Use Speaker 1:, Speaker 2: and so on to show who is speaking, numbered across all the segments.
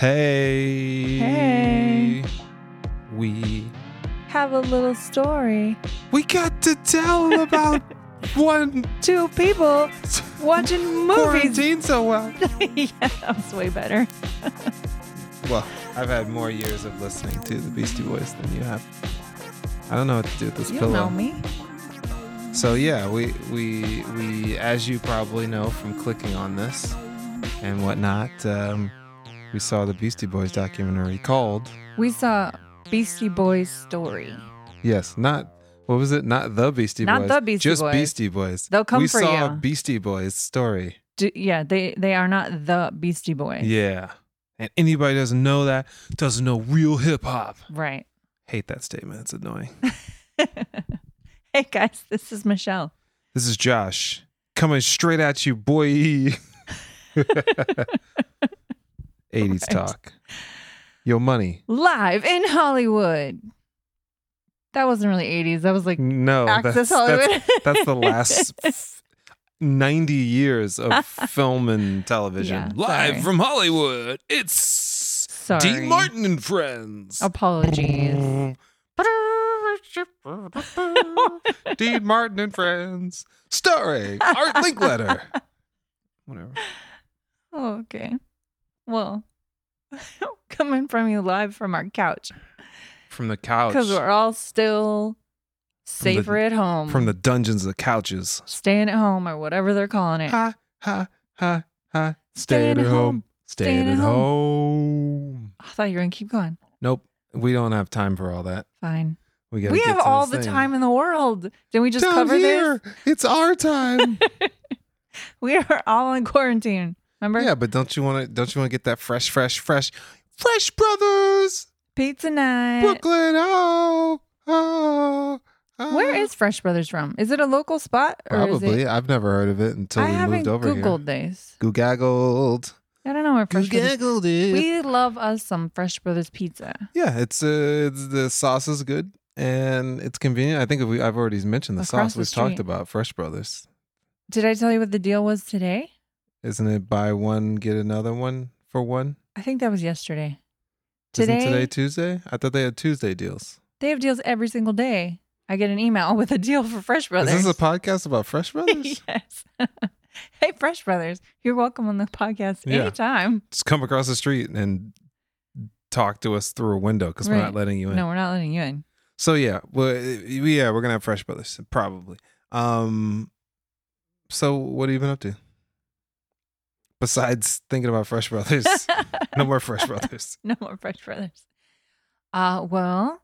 Speaker 1: Hey.
Speaker 2: Hey.
Speaker 1: We
Speaker 2: Have a little story.
Speaker 1: we got to tell about one
Speaker 2: Two people watching movies.
Speaker 1: quarantine so uh, well.
Speaker 2: yeah, that was way better.
Speaker 1: Well, I've had more years of listening to the Beastie Boys than you have. I don't know what to do with this
Speaker 2: You
Speaker 1: pillow.
Speaker 2: know me.
Speaker 1: So yeah, we we we as you probably know from clicking on this and whatnot, um, we saw the Beastie Boys documentary called
Speaker 2: We saw Beastie Boys story.
Speaker 1: Yes, not what was it? Not the Beastie
Speaker 2: Not
Speaker 1: Boys.
Speaker 2: the Beastie
Speaker 1: just
Speaker 2: Boys.
Speaker 1: Beastie Boys.
Speaker 2: They'll come
Speaker 1: we
Speaker 2: for
Speaker 1: saw
Speaker 2: you.
Speaker 1: Beastie Boys story.
Speaker 2: Do, yeah, they they are not the Beastie Boys.
Speaker 1: Yeah. And anybody doesn't know that doesn't know real hip hop.
Speaker 2: Right.
Speaker 1: Hate that statement. It's annoying.
Speaker 2: hey guys, this is Michelle.
Speaker 1: this is Josh coming straight at you, boy. 80s talk. Yo, money.
Speaker 2: Live in Hollywood. That wasn't really 80s. That was like
Speaker 1: No,
Speaker 2: Access
Speaker 1: that's,
Speaker 2: Hollywood.
Speaker 1: that's the last f- 90 years of film and television.
Speaker 2: Yeah,
Speaker 1: Live
Speaker 2: sorry.
Speaker 1: from Hollywood, it's
Speaker 2: Sorry.
Speaker 1: Dean Martin and Friends.
Speaker 2: Apologies.
Speaker 1: Dean Martin and Friends, starring Art Linkletter. Whatever.
Speaker 2: Oh, okay. Well, coming from you live from our couch
Speaker 1: From the couch.
Speaker 2: because we're all still safer at home.
Speaker 1: From the dungeons of couches.
Speaker 2: staying at home or whatever they're calling it.
Speaker 1: Ha, ha, ha, ha. Staying at home. Staying at home.
Speaker 2: I thought you were gonna keep going.
Speaker 1: Nope. We don't have time for all that.
Speaker 2: Fine.
Speaker 1: We got
Speaker 2: We have all the time in the world. Did we just cover this?
Speaker 1: It's our time.
Speaker 2: We are all in quarantine. Remember?
Speaker 1: yeah, but don't you want to? Don't you want to get that fresh, fresh, fresh, fresh brothers
Speaker 2: Pizza night.
Speaker 1: Brooklyn? Oh, oh, oh.
Speaker 2: Where is Fresh Brothers from? Is it a local spot or is
Speaker 1: probably?
Speaker 2: it?
Speaker 1: I've never heard of it until
Speaker 2: I
Speaker 1: we
Speaker 2: haven't
Speaker 1: moved over
Speaker 2: Googled this.
Speaker 1: here. Googaggled,
Speaker 2: I don't know where Fresh Brothers.
Speaker 1: Googled it.
Speaker 2: We love us some Fresh Brothers pizza.
Speaker 1: yeah, it's uh, it's, the sauce is good and it's convenient. I think we, I've already mentioned the
Speaker 2: Across
Speaker 1: sauce.
Speaker 2: the
Speaker 1: We've
Speaker 2: street.
Speaker 1: talked about Fresh Brothers.
Speaker 2: Did I tell you what the deal was today?
Speaker 1: Isn't it buy one get another one for one?
Speaker 2: I think that was yesterday.
Speaker 1: Isn't
Speaker 2: Today,
Speaker 1: today Tuesday? I thought they had Tuesday deals.
Speaker 2: they have deals every single day. I get an email with a deal for Fresh Brothers.
Speaker 1: Is this a podcast about Fresh Brothers?
Speaker 2: yes. hey, Fresh Brothers, you're welcome on the podcast
Speaker 1: Yeah.
Speaker 2: anytime.
Speaker 1: Just come across the street and talk to us through a window because we're not
Speaker 2: Right.
Speaker 1: letting you in.
Speaker 2: No, we're not letting you in.
Speaker 1: So yeah, well, eh, yeah, we're gonna have Fresh Brothers probably. Um, so what have you been up to? Besides thinking about Fresh Brothers, no more Fresh Brothers.
Speaker 2: no more Fresh Brothers. Uh, well,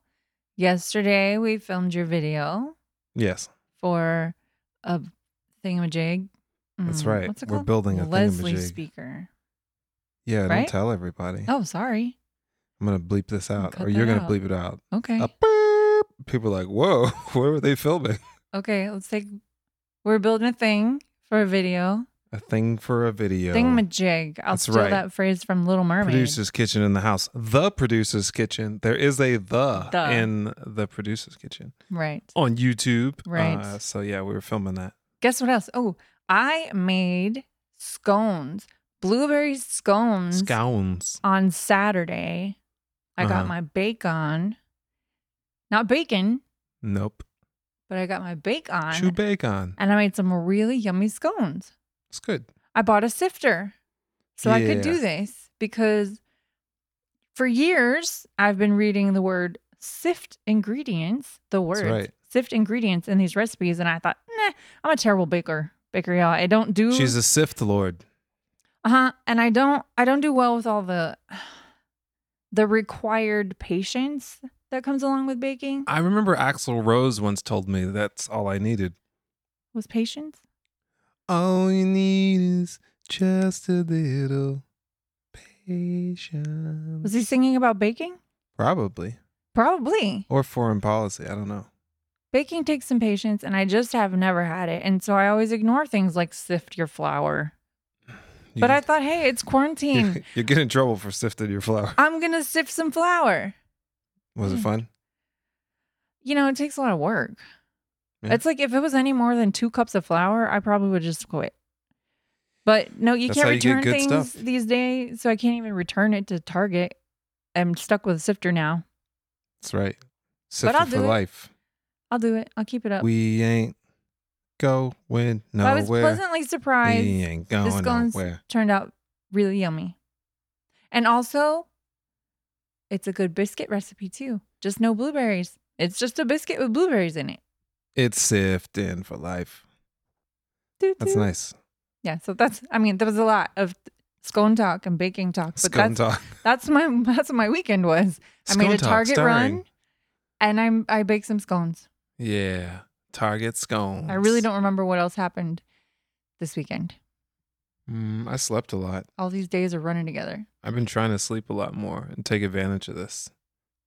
Speaker 2: yesterday we filmed your video
Speaker 1: Yes,
Speaker 2: for a thingamajig.
Speaker 1: That's
Speaker 2: Mm,
Speaker 1: right.
Speaker 2: What's it
Speaker 1: We're
Speaker 2: called?
Speaker 1: building a
Speaker 2: Leslie
Speaker 1: thingamajig.
Speaker 2: speaker.
Speaker 1: yeah. Don't
Speaker 2: Right?
Speaker 1: tell everybody.
Speaker 2: Oh, sorry.
Speaker 1: I'm gonna bleep this out,
Speaker 2: Cut
Speaker 1: or you're
Speaker 2: that
Speaker 1: gonna
Speaker 2: out.
Speaker 1: bleep it out.
Speaker 2: Okay.
Speaker 1: A beep. People are like, whoa, where were they filming?
Speaker 2: Okay, let's take. We're building a thing for a video.
Speaker 1: A thing for a video.
Speaker 2: Thingamajig. I'll
Speaker 1: That's
Speaker 2: steal
Speaker 1: right.
Speaker 2: that phrase from Little Mermaid.
Speaker 1: producer's kitchen in the house. The producer's kitchen. There is a the,
Speaker 2: The.
Speaker 1: in the producer's kitchen
Speaker 2: Right.
Speaker 1: on YouTube.
Speaker 2: Right.
Speaker 1: Uh, so yeah, we were filming that.
Speaker 2: Guess what else? Oh, I made scones, blueberry scones
Speaker 1: Scones.
Speaker 2: on Saturday. I
Speaker 1: Uh-huh.
Speaker 2: got my bacon, not bacon,
Speaker 1: Nope.
Speaker 2: but I got my bake on,
Speaker 1: Chew bacon.
Speaker 2: and I made some really yummy scones.
Speaker 1: It's good.
Speaker 2: I bought a sifter so I could
Speaker 1: Yeah.
Speaker 2: do this because for years I've been reading the word sift ingredients, the words
Speaker 1: right.
Speaker 2: sift ingredients in these recipes, and I thought, nah, I'm a terrible baker. Baker, y'all. I don't do.
Speaker 1: She's a sift lord.
Speaker 2: uh-huh and i don't i don't do well with all the the required patience that comes along with baking
Speaker 1: I remember Axel Rose once told me that's all I needed.
Speaker 2: was patience
Speaker 1: All you need is just a little patience.
Speaker 2: was he singing about baking
Speaker 1: Probably.
Speaker 2: probably
Speaker 1: Or foreign policy. I don't know.
Speaker 2: baking takes some patience and i just have never had it and so i always ignore things like sift your flour
Speaker 1: You
Speaker 2: but i
Speaker 1: can-
Speaker 2: thought hey it's quarantine
Speaker 1: you get in trouble for sifting your flour.
Speaker 2: i'm gonna sift some flour
Speaker 1: Was it
Speaker 2: Mm.
Speaker 1: fun?
Speaker 2: you know it takes a lot of work
Speaker 1: Yeah.
Speaker 2: it's like if it was any more than two cups of flour i probably would just quit But no, you
Speaker 1: That's
Speaker 2: can't
Speaker 1: how you get
Speaker 2: return
Speaker 1: good
Speaker 2: things
Speaker 1: stuff.
Speaker 2: these days, so I can't even return it to Target. I'm stuck with a sifter now.
Speaker 1: That's right. Sifter
Speaker 2: I'll
Speaker 1: for
Speaker 2: do it.
Speaker 1: life.
Speaker 2: I'll do it. I'll keep it up.
Speaker 1: We ain't going
Speaker 2: But
Speaker 1: nowhere.
Speaker 2: I was pleasantly surprised.
Speaker 1: we ain't going
Speaker 2: gone's-
Speaker 1: nowhere.
Speaker 2: Turned out really yummy. And also, it's a good biscuit recipe too. Just no blueberries. It's just a biscuit with blueberries in it.
Speaker 1: It's sifting for life.
Speaker 2: Doot
Speaker 1: That's
Speaker 2: doot.
Speaker 1: nice.
Speaker 2: Yeah, so that's I mean, there was a lot of scone talk and baking talk, but
Speaker 1: Scone
Speaker 2: that's
Speaker 1: talk.
Speaker 2: that's my that's what my weekend was. I
Speaker 1: Scone
Speaker 2: made a
Speaker 1: talk
Speaker 2: Target
Speaker 1: starring-
Speaker 2: run and I'm I baked some scones.
Speaker 1: Yeah. Target scones.
Speaker 2: I really don't remember what else happened this weekend.
Speaker 1: Mm, I slept a lot.
Speaker 2: All these days are running together.
Speaker 1: I've been trying to sleep a lot more and take advantage of this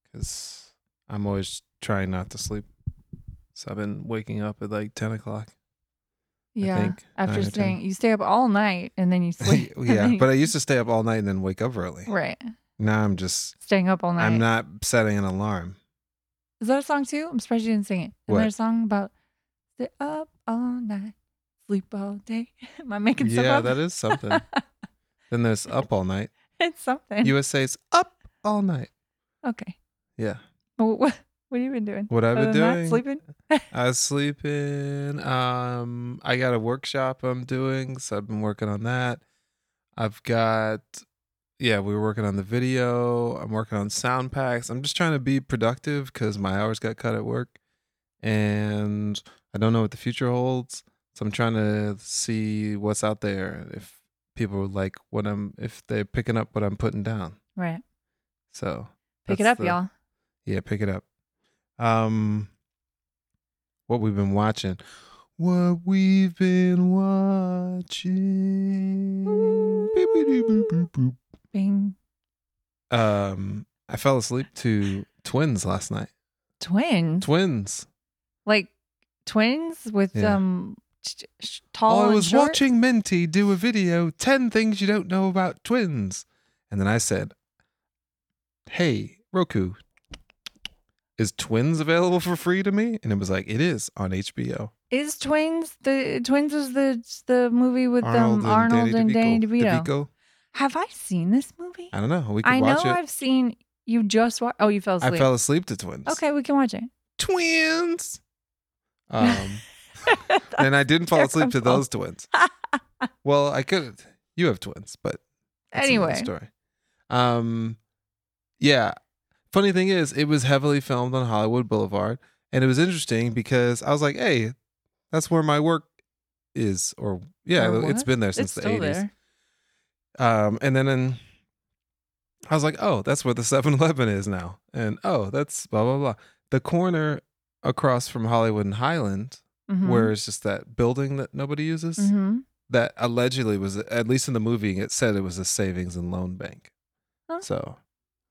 Speaker 1: because I'm always trying not to sleep. So I've been waking up at like 10 o'clock.
Speaker 2: Yeah.
Speaker 1: think nine
Speaker 2: After
Speaker 1: or ten.
Speaker 2: staying you stay up all night and then you sleep. and then
Speaker 1: yeah.
Speaker 2: you-
Speaker 1: But I used to stay up all night and then wake up early.
Speaker 2: Right.
Speaker 1: Now I'm just,
Speaker 2: Staying up all night.
Speaker 1: I'm not setting an alarm.
Speaker 2: Is that a song too? I'm surprised you didn't sing it.
Speaker 1: What?
Speaker 2: Isn't there a song about stay up all night, sleep all day? Am I making stuff
Speaker 1: yeah,
Speaker 2: up?
Speaker 1: that is something. then there's up all night.
Speaker 2: it's something.
Speaker 1: USA's up all night.
Speaker 2: okay.
Speaker 1: Yeah.
Speaker 2: Well, what what have you been doing?
Speaker 1: What I've been
Speaker 2: Other than that,
Speaker 1: doing.
Speaker 2: Uh, sleeping.
Speaker 1: I was sleeping. Um, I got a workshop I'm doing, so I've been working on that. I've got, yeah, we were working on the video. I'm working on sound packs. I'm just trying to be productive because my hours got cut at work, and I don't know what the future holds. So I'm trying to see what's out there. If people like what I'm, if they're picking up what I'm putting down.
Speaker 2: Right.
Speaker 1: So
Speaker 2: Pick it
Speaker 1: that's
Speaker 2: up,
Speaker 1: the-
Speaker 2: y'all.
Speaker 1: yeah, pick it up. Um, what we've been watching. What we've been watching. Beep, beep, beep, boop, boop, boop.
Speaker 2: Being
Speaker 1: Um, I fell asleep to Twins last night.
Speaker 2: twins.
Speaker 1: Twins.
Speaker 2: like twins with
Speaker 1: Yeah. Oh,
Speaker 2: um sh- sh- tall
Speaker 1: I
Speaker 2: and
Speaker 1: was
Speaker 2: short.
Speaker 1: watching Menti do a video 10 things you don't know about twins. And then I said, Hey, Roku, is Twins available for free to me? And it was like, It is on HBO.
Speaker 2: Is twins the twins was the the movie with um Arnold and Danny DeVito. Have I seen this movie?
Speaker 1: I don't know. We could
Speaker 2: I know
Speaker 1: watch it.
Speaker 2: I've seen you just watch. Oh, you fell asleep.
Speaker 1: I fell asleep to twins.
Speaker 2: Okay, we can watch it.
Speaker 1: Twins. Um, and I didn't fall
Speaker 2: They're
Speaker 1: asleep to
Speaker 2: awful.
Speaker 1: those twins. well, I could. You have twins, but that's another
Speaker 2: anyway,
Speaker 1: story. Um, yeah. Funny thing is, it was heavily filmed on Hollywood Boulevard, and it was interesting because I was like, "Hey, that's where my work is," or yeah,
Speaker 2: Or
Speaker 1: it's
Speaker 2: was.
Speaker 1: been there since
Speaker 2: it's
Speaker 1: the
Speaker 2: still
Speaker 1: eighties.
Speaker 2: there.
Speaker 1: Um, and then in, I was like, oh, that's where the 7 Eleven is now. And oh, that's blah, blah, blah. The corner across from Hollywood and Highland,
Speaker 2: Mhm.
Speaker 1: where it's just that building that nobody uses,
Speaker 2: Mhm.
Speaker 1: that allegedly was, at least in the movie, it said it was a savings and loan bank.
Speaker 2: Huh.
Speaker 1: So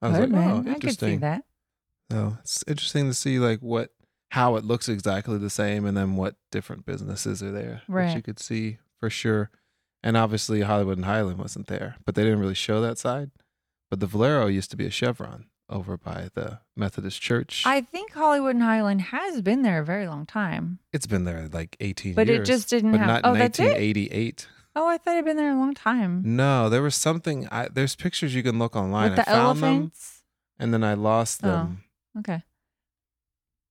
Speaker 1: I was
Speaker 2: Could
Speaker 1: like,
Speaker 2: have
Speaker 1: oh,
Speaker 2: been. I could see
Speaker 1: interesting.
Speaker 2: that.
Speaker 1: So it's interesting to see like what, how it looks exactly the same and then what different businesses are there, which
Speaker 2: Right.
Speaker 1: you could see for sure. And obviously Hollywood and Highland wasn't there, but they didn't really show that side. But the Valero used to be a Chevron over by the Methodist Church.
Speaker 2: I think Hollywood and Highland has been there a very long time,
Speaker 1: it's been there like 18
Speaker 2: but
Speaker 1: years.
Speaker 2: it just didn't
Speaker 1: but
Speaker 2: have.
Speaker 1: not
Speaker 2: oh, that's it.
Speaker 1: 1988.
Speaker 2: Oh, I thought it'd been there a long time.
Speaker 1: No, there was something. I, there's pictures you can look online.
Speaker 2: With the
Speaker 1: I found them
Speaker 2: elephants.
Speaker 1: and then I lost
Speaker 2: Oh.
Speaker 1: them.
Speaker 2: Okay.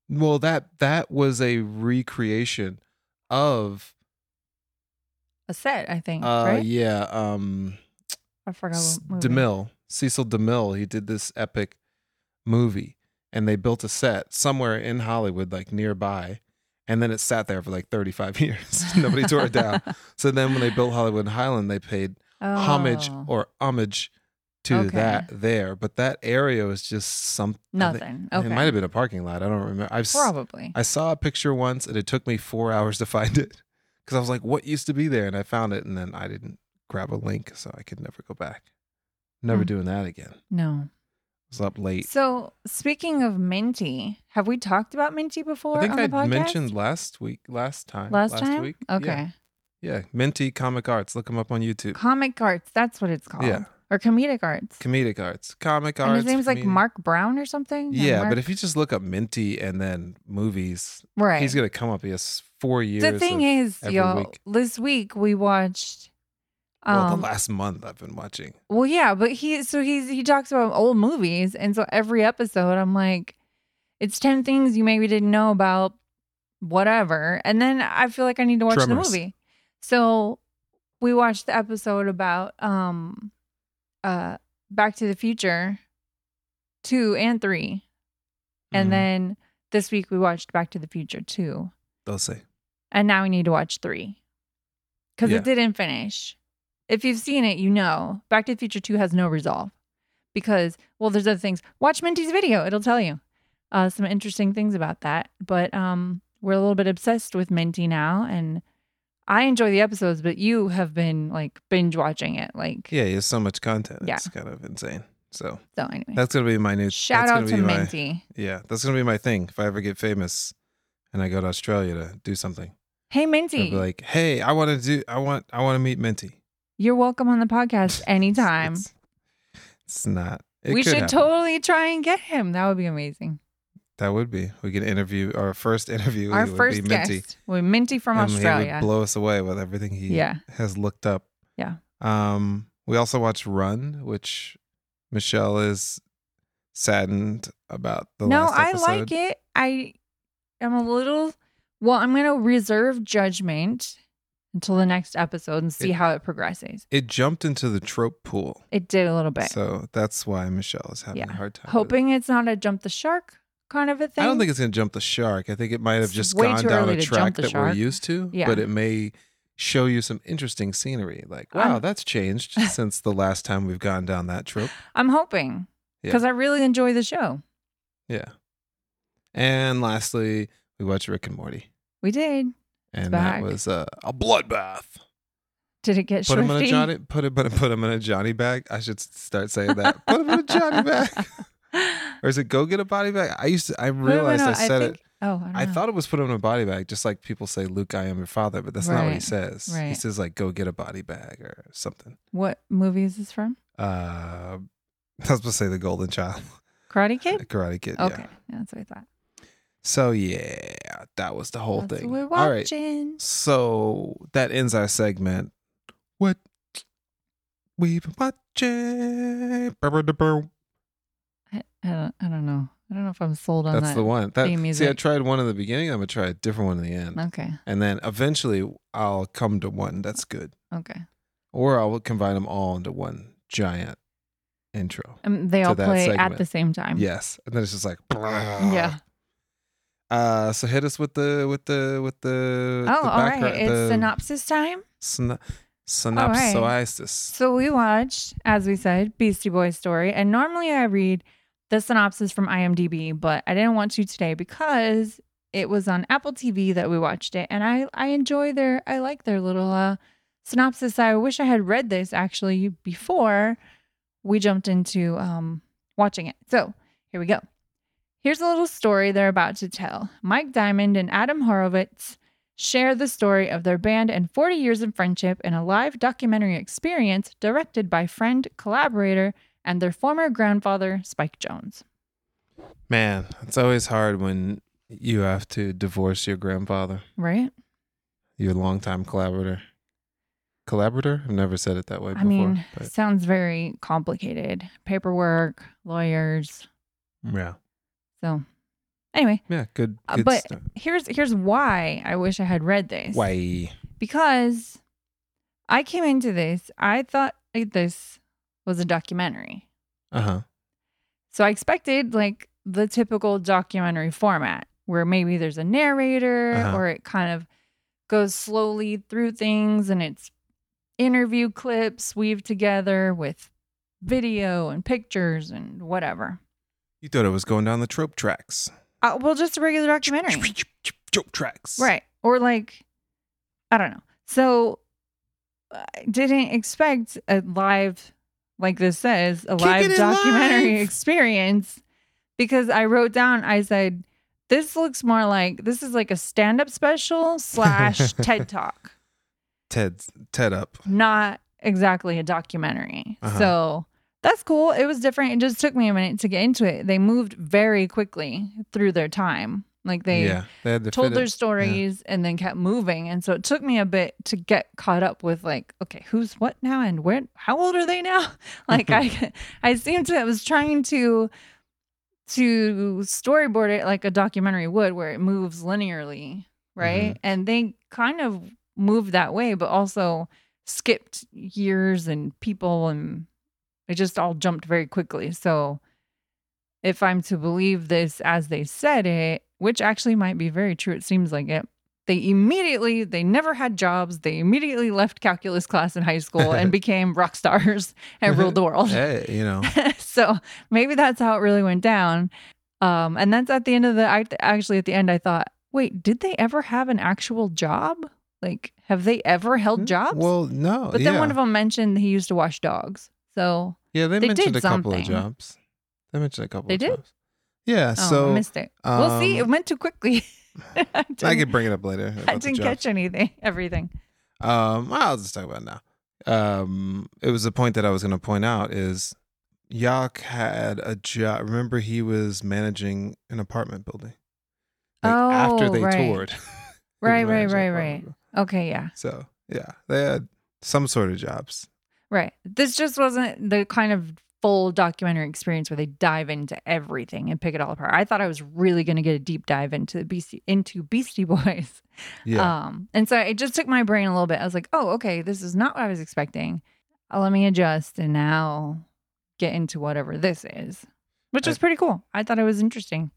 Speaker 1: Well, that that was a recreation of
Speaker 2: A set, I think.
Speaker 1: Uh,
Speaker 2: right?
Speaker 1: yeah. Um,
Speaker 2: I forgot
Speaker 1: S-
Speaker 2: what movie.
Speaker 1: DeMille, Cecil DeMille, he did this epic movie, and they built a set somewhere in Hollywood, like nearby, and then it sat there for like 35 years. Nobody tore it down. So then, when they built Hollywood and Highland, they paid homage
Speaker 2: Oh,
Speaker 1: or homage to
Speaker 2: Okay.
Speaker 1: that there. But that area was just something.
Speaker 2: nothing.
Speaker 1: It
Speaker 2: Okay.
Speaker 1: might have been a parking lot. I don't remember. I've s-
Speaker 2: Probably.
Speaker 1: I saw a picture once and it took me four hours to find it because I was like, what used to be there? And I found it and then I didn't grab a link, so I could never go back. Never
Speaker 2: Hmm.
Speaker 1: doing that again. I
Speaker 2: no.
Speaker 1: was up late.
Speaker 2: So speaking of Minty, have we talked about Minty before
Speaker 1: I think
Speaker 2: on
Speaker 1: I
Speaker 2: the podcast?
Speaker 1: mentioned last week, last time.
Speaker 2: last, time.
Speaker 1: week. Yeah.
Speaker 2: Okay.
Speaker 1: Yeah. Minty Comic Arts. Look them up on YouTube.
Speaker 2: Comic arts. That's what it's called.
Speaker 1: Yeah.
Speaker 2: Or comedic arts.
Speaker 1: Comedic Arts. Comic
Speaker 2: and
Speaker 1: Arts.
Speaker 2: his name's like
Speaker 1: comedic-
Speaker 2: Mark Brown or something. or
Speaker 1: Yeah,
Speaker 2: Mark-
Speaker 1: but if you just look up Minty and then movies,
Speaker 2: right.
Speaker 1: he's going to come up. He has four years.
Speaker 2: the thing
Speaker 1: of-
Speaker 2: is,
Speaker 1: every
Speaker 2: y'all,
Speaker 1: week.
Speaker 2: this week we watched um,
Speaker 1: well, the last month I've been watching.
Speaker 2: Well, yeah, but he so he's he talks about old movies, and so every episode I'm like, it's ten things you maybe didn't know about, whatever, and then I feel like I need to watch
Speaker 1: Tremors.
Speaker 2: the movie. So we watched the episode about um, uh, Back to the Future, two and 3 and
Speaker 1: Mhm.
Speaker 2: then this week we watched Back to the Future two,
Speaker 1: they'll say
Speaker 2: and now we need to watch three because
Speaker 1: Yeah.
Speaker 2: it didn't finish. If you've seen it, you know Back to the Future 2 has no resolve because, well, there's other things. Watch Minty's video, it'll tell you uh, some interesting things about that. But um, we're a little bit obsessed with Minty now, and I enjoy the episodes, but you have been like binge watching it. Like,
Speaker 1: Yeah, there's so much content.
Speaker 2: Yeah.
Speaker 1: It's kind of insane. So
Speaker 2: so anyway,
Speaker 1: that's gonna be my new
Speaker 2: shout
Speaker 1: that's
Speaker 2: out
Speaker 1: gonna
Speaker 2: to
Speaker 1: be my-
Speaker 2: Minty.
Speaker 1: Yeah, that's gonna be my thing. If I ever get famous and I go to Australia to do something,
Speaker 2: Hey,
Speaker 1: I'll be
Speaker 2: Minty,
Speaker 1: like, "Hey, I want to do. I want. I want to meet Minty
Speaker 2: you're welcome on the podcast
Speaker 1: It's-
Speaker 2: anytime.
Speaker 1: It's, it's not. It
Speaker 2: we
Speaker 1: could
Speaker 2: should
Speaker 1: happen.
Speaker 2: totally try and get him. That would be amazing.
Speaker 1: That would be. We could interview our first interview.
Speaker 2: Our
Speaker 1: would
Speaker 2: first
Speaker 1: be Minty.
Speaker 2: guest, we Minty from
Speaker 1: and He
Speaker 2: Australia.
Speaker 1: would blow us away with everything he
Speaker 2: yeah,
Speaker 1: has looked up.
Speaker 2: Yeah.
Speaker 1: Um. We also watched Run, which Michelle is saddened about the
Speaker 2: no,
Speaker 1: last
Speaker 2: I
Speaker 1: episode.
Speaker 2: like it. I am a little. Well, I'm going to reserve judgment until the next episode and see
Speaker 1: It-
Speaker 2: how it progresses.
Speaker 1: It jumped into the trope pool.
Speaker 2: It did a little bit.
Speaker 1: So that's why Michelle is having
Speaker 2: Yeah.
Speaker 1: a hard time. with it.
Speaker 2: Hoping it's not a jump the shark kind of a thing.
Speaker 1: I don't think it's going to jump the shark. I think it might have
Speaker 2: It's
Speaker 1: just
Speaker 2: way
Speaker 1: gone
Speaker 2: too
Speaker 1: down
Speaker 2: early
Speaker 1: a
Speaker 2: to jump
Speaker 1: track
Speaker 2: the
Speaker 1: that we're
Speaker 2: shark.
Speaker 1: used to,
Speaker 2: Yeah.
Speaker 1: but it may show you some interesting scenery. Like, wow,
Speaker 2: I'm-
Speaker 1: that's changed since the last time we've gone down that trope.
Speaker 2: I'm hoping
Speaker 1: Yeah.
Speaker 2: because I really enjoy the show.
Speaker 1: Yeah. And lastly, we watched Rick and Morty,
Speaker 2: We did.
Speaker 1: and that
Speaker 2: back.
Speaker 1: was uh, a bloodbath.
Speaker 2: Did it get
Speaker 1: Put him in a
Speaker 2: Swiftie?
Speaker 1: Johnny. Put him. Put, put him in a Johnny bag. I should start saying that. put him in a Johnny bag, or is it go get a body bag? I used to. I
Speaker 2: Put him in
Speaker 1: realized
Speaker 2: a-
Speaker 1: I said it.
Speaker 2: think- Oh, I,
Speaker 1: I
Speaker 2: don't know.
Speaker 1: thought it was put him in a body bag, just like people say, Luke, I am your father, but that's not what he
Speaker 2: Right,
Speaker 1: says. He
Speaker 2: right.
Speaker 1: says like go get a body bag or something.
Speaker 2: What movie is this from?
Speaker 1: Uh I was supposed to say the golden child.
Speaker 2: Karate Kid?
Speaker 1: Karate kid.
Speaker 2: Eh. Okay,
Speaker 1: Yeah.
Speaker 2: yeah, that's what I thought.
Speaker 1: So yeah, that was the whole
Speaker 2: That's
Speaker 1: thing.
Speaker 2: what we're
Speaker 1: All right.
Speaker 2: watching.
Speaker 1: So that ends our segment. What we've been watching. Ba-ba-da-boom.
Speaker 2: I, I don't. I don't know. I don't know if I'm sold on
Speaker 1: That's
Speaker 2: that.
Speaker 1: the one. That,
Speaker 2: theme
Speaker 1: see, I
Speaker 2: music.
Speaker 1: tried one in the beginning. I'm gonna try a different one in the end,
Speaker 2: Okay.
Speaker 1: and then eventually I'll come to one that's good.
Speaker 2: Okay.
Speaker 1: or I will combine them all into one giant intro.
Speaker 2: Um, they
Speaker 1: To
Speaker 2: all
Speaker 1: that
Speaker 2: play
Speaker 1: segment.
Speaker 2: at the same time.
Speaker 1: Yes, and then it's just like
Speaker 2: Yeah.
Speaker 1: Uh, so hit us with the with the with the
Speaker 2: oh,
Speaker 1: the
Speaker 2: all right.
Speaker 1: background-
Speaker 2: It's
Speaker 1: the
Speaker 2: synopsis time.
Speaker 1: syno-
Speaker 2: All right.
Speaker 1: synopsis.
Speaker 2: So we watched, as we said, Beastie Boys story, and normally I read the synopsis from IMDb, but I didn't want to today because it was on Apple TV that we watched it, and I I enjoy their I like their little uh, synopsis. I wish I had read this actually before we jumped into um, watching it. So here we go. Here's a little story they're about to tell. Mike Diamond and Adam Horowitz share the story of their band and 40 years of friendship in a live documentary experience directed by friend, collaborator, and their former grandfather, Spike Jones.
Speaker 1: Man, it's always hard when you have to divorce your grandfather,
Speaker 2: Right?
Speaker 1: your longtime collaborator. Collaborator? I've never said it that way
Speaker 2: I
Speaker 1: before.
Speaker 2: mean,
Speaker 1: but
Speaker 2: sounds very complicated. Paperwork, lawyers.
Speaker 1: yeah,
Speaker 2: So, anyway,
Speaker 1: yeah, good.
Speaker 2: Uh,
Speaker 1: good
Speaker 2: but-
Speaker 1: stuff.
Speaker 2: here's here's why I wish I had read this.
Speaker 1: why?
Speaker 2: Because I came into this, I thought this was a documentary.
Speaker 1: Uh huh.
Speaker 2: So I expected like the typical documentary format where maybe there's a narrator
Speaker 1: Uh-huh.
Speaker 2: or it kind of goes slowly through things and it's interview clips weaved together with video and pictures and whatever.
Speaker 1: You thought it was going down the trope tracks.
Speaker 2: Uh, well, just a regular documentary.
Speaker 1: Trope tracks.
Speaker 2: Right. Or like, I don't know. So I didn't expect a live, like this says, a
Speaker 1: Kick it
Speaker 2: live
Speaker 1: in
Speaker 2: documentary
Speaker 1: live.
Speaker 2: experience because I wrote down, I said, this looks more like this is like a stand up special slash TED talk,
Speaker 1: Ted Ted up.
Speaker 2: not exactly a documentary.
Speaker 1: Uh-huh.
Speaker 2: So that's cool. It was different. It just took me a minute to get into it. They moved very quickly through their time. Like they
Speaker 1: yeah, they had to
Speaker 2: told
Speaker 1: fit
Speaker 2: their
Speaker 1: it.
Speaker 2: stories and then kept moving. And so it took me a bit to get caught up with like, okay, who's what now and where how old are they now? like I I seemed to I was trying to to storyboard it like a documentary would where it moves linearly, right? And they kind of moved that way, but also skipped years and people and it just all jumped very quickly. So if I'm to believe this as they said it, which actually might be very true, it seems like it. They immediately, they never had jobs. They immediately left calculus class in high school and became rock stars and ruled the world.
Speaker 1: Hey, you know,
Speaker 2: so maybe that's how it really went down. Um, and that's at the end of the, I actually at the end, I thought, wait, did they ever have an actual job? Like, have they ever held jobs?
Speaker 1: Hmm? Well, no.
Speaker 2: but then
Speaker 1: yeah.
Speaker 2: one of them mentioned he used to wash dogs. So
Speaker 1: Yeah, they,
Speaker 2: They
Speaker 1: mentioned
Speaker 2: did
Speaker 1: a couple
Speaker 2: something.
Speaker 1: of jobs. They mentioned a couple
Speaker 2: They
Speaker 1: of
Speaker 2: did?
Speaker 1: jobs. Yeah,
Speaker 2: oh, I
Speaker 1: so
Speaker 2: missed it. well, see,
Speaker 1: um,
Speaker 2: it went too quickly. I
Speaker 1: I
Speaker 2: didn't,
Speaker 1: could bring it up later.
Speaker 2: I
Speaker 1: about the
Speaker 2: didn't
Speaker 1: jobs.
Speaker 2: catch anything, everything.
Speaker 1: Um, I'll just talk about it now. Um, it was the point that I was going to point out is Yak had a job. Remember, he was managing an apartment building. after
Speaker 2: Oh,
Speaker 1: they
Speaker 2: right.
Speaker 1: toured. he was
Speaker 2: Right, right,
Speaker 1: managing
Speaker 2: right,
Speaker 1: an
Speaker 2: right.
Speaker 1: apartment building.
Speaker 2: Okay, yeah,
Speaker 1: So yeah, they had some sort of jobs.
Speaker 2: right. This just wasn't the kind of full documentary experience where they dive into everything and pick it all apart. I thought I was really going to get a deep dive into the Beastie into Beastie Boys.
Speaker 1: Yeah,
Speaker 2: Um, and so it just took my brain a little bit. I was like, oh, okay, this is not what I was expecting. Uh, let me adjust and now get into whatever this is, which
Speaker 1: I-
Speaker 2: was pretty cool. I thought it was interesting.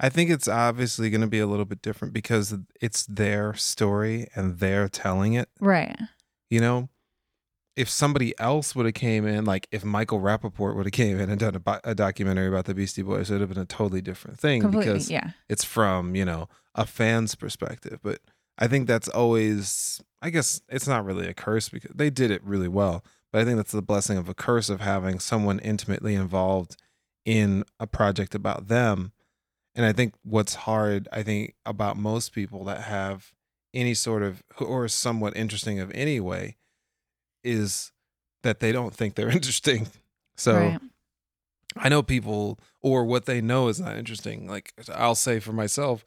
Speaker 1: I think it's obviously going to be a little bit different because it's their story and they're telling it.
Speaker 2: Right.
Speaker 1: You know, if somebody else would have came in, like if Michael Rappaport would have came in and done a, bo- a documentary about the Beastie Boys, it would have been a totally different thing
Speaker 2: Completely.
Speaker 1: because
Speaker 2: yeah.
Speaker 1: it's from you know a fan's perspective. But I think that's always, I guess it's not really a curse because they did it really well. But I think that's the blessing of a curse of having someone intimately involved in a project about them. And I think what's hard, I think, about most people that have any sort of or somewhat interesting of any way is that they don't think they're interesting. So
Speaker 2: right.
Speaker 1: I know people or what they know is not interesting. Like I'll say for myself,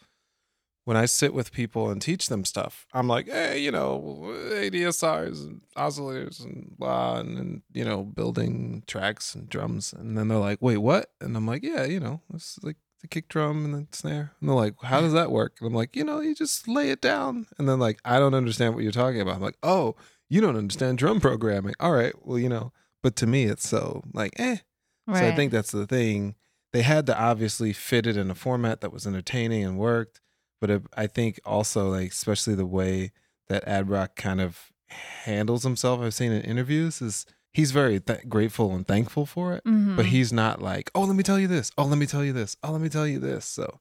Speaker 1: when I sit with people and teach them stuff, I'm like, hey, you know, ADSRs and oscillators and blah, and, and you know, building tracks and drums. And then they're like, wait, what? And I'm like, yeah, you know, it's like the kick drum and the snare. And they're like, how does that work? And I'm like, you know, you just lay it down. And then like, I don't understand what you're talking about. I'm like, oh, you don't understand drum programming. All right, well, you know, but to me, it's so like, eh.
Speaker 2: Right.
Speaker 1: So I think that's the thing. They had to obviously fit it in a format that was entertaining and worked, but it, I think also like especially the way that Ad Rock kind of handles himself. I've seen in interviews is he's very th- grateful and thankful for it,
Speaker 2: Mhm.
Speaker 1: but he's not like, oh, let me tell you this, oh, let me tell you this, oh, let me tell you this. So I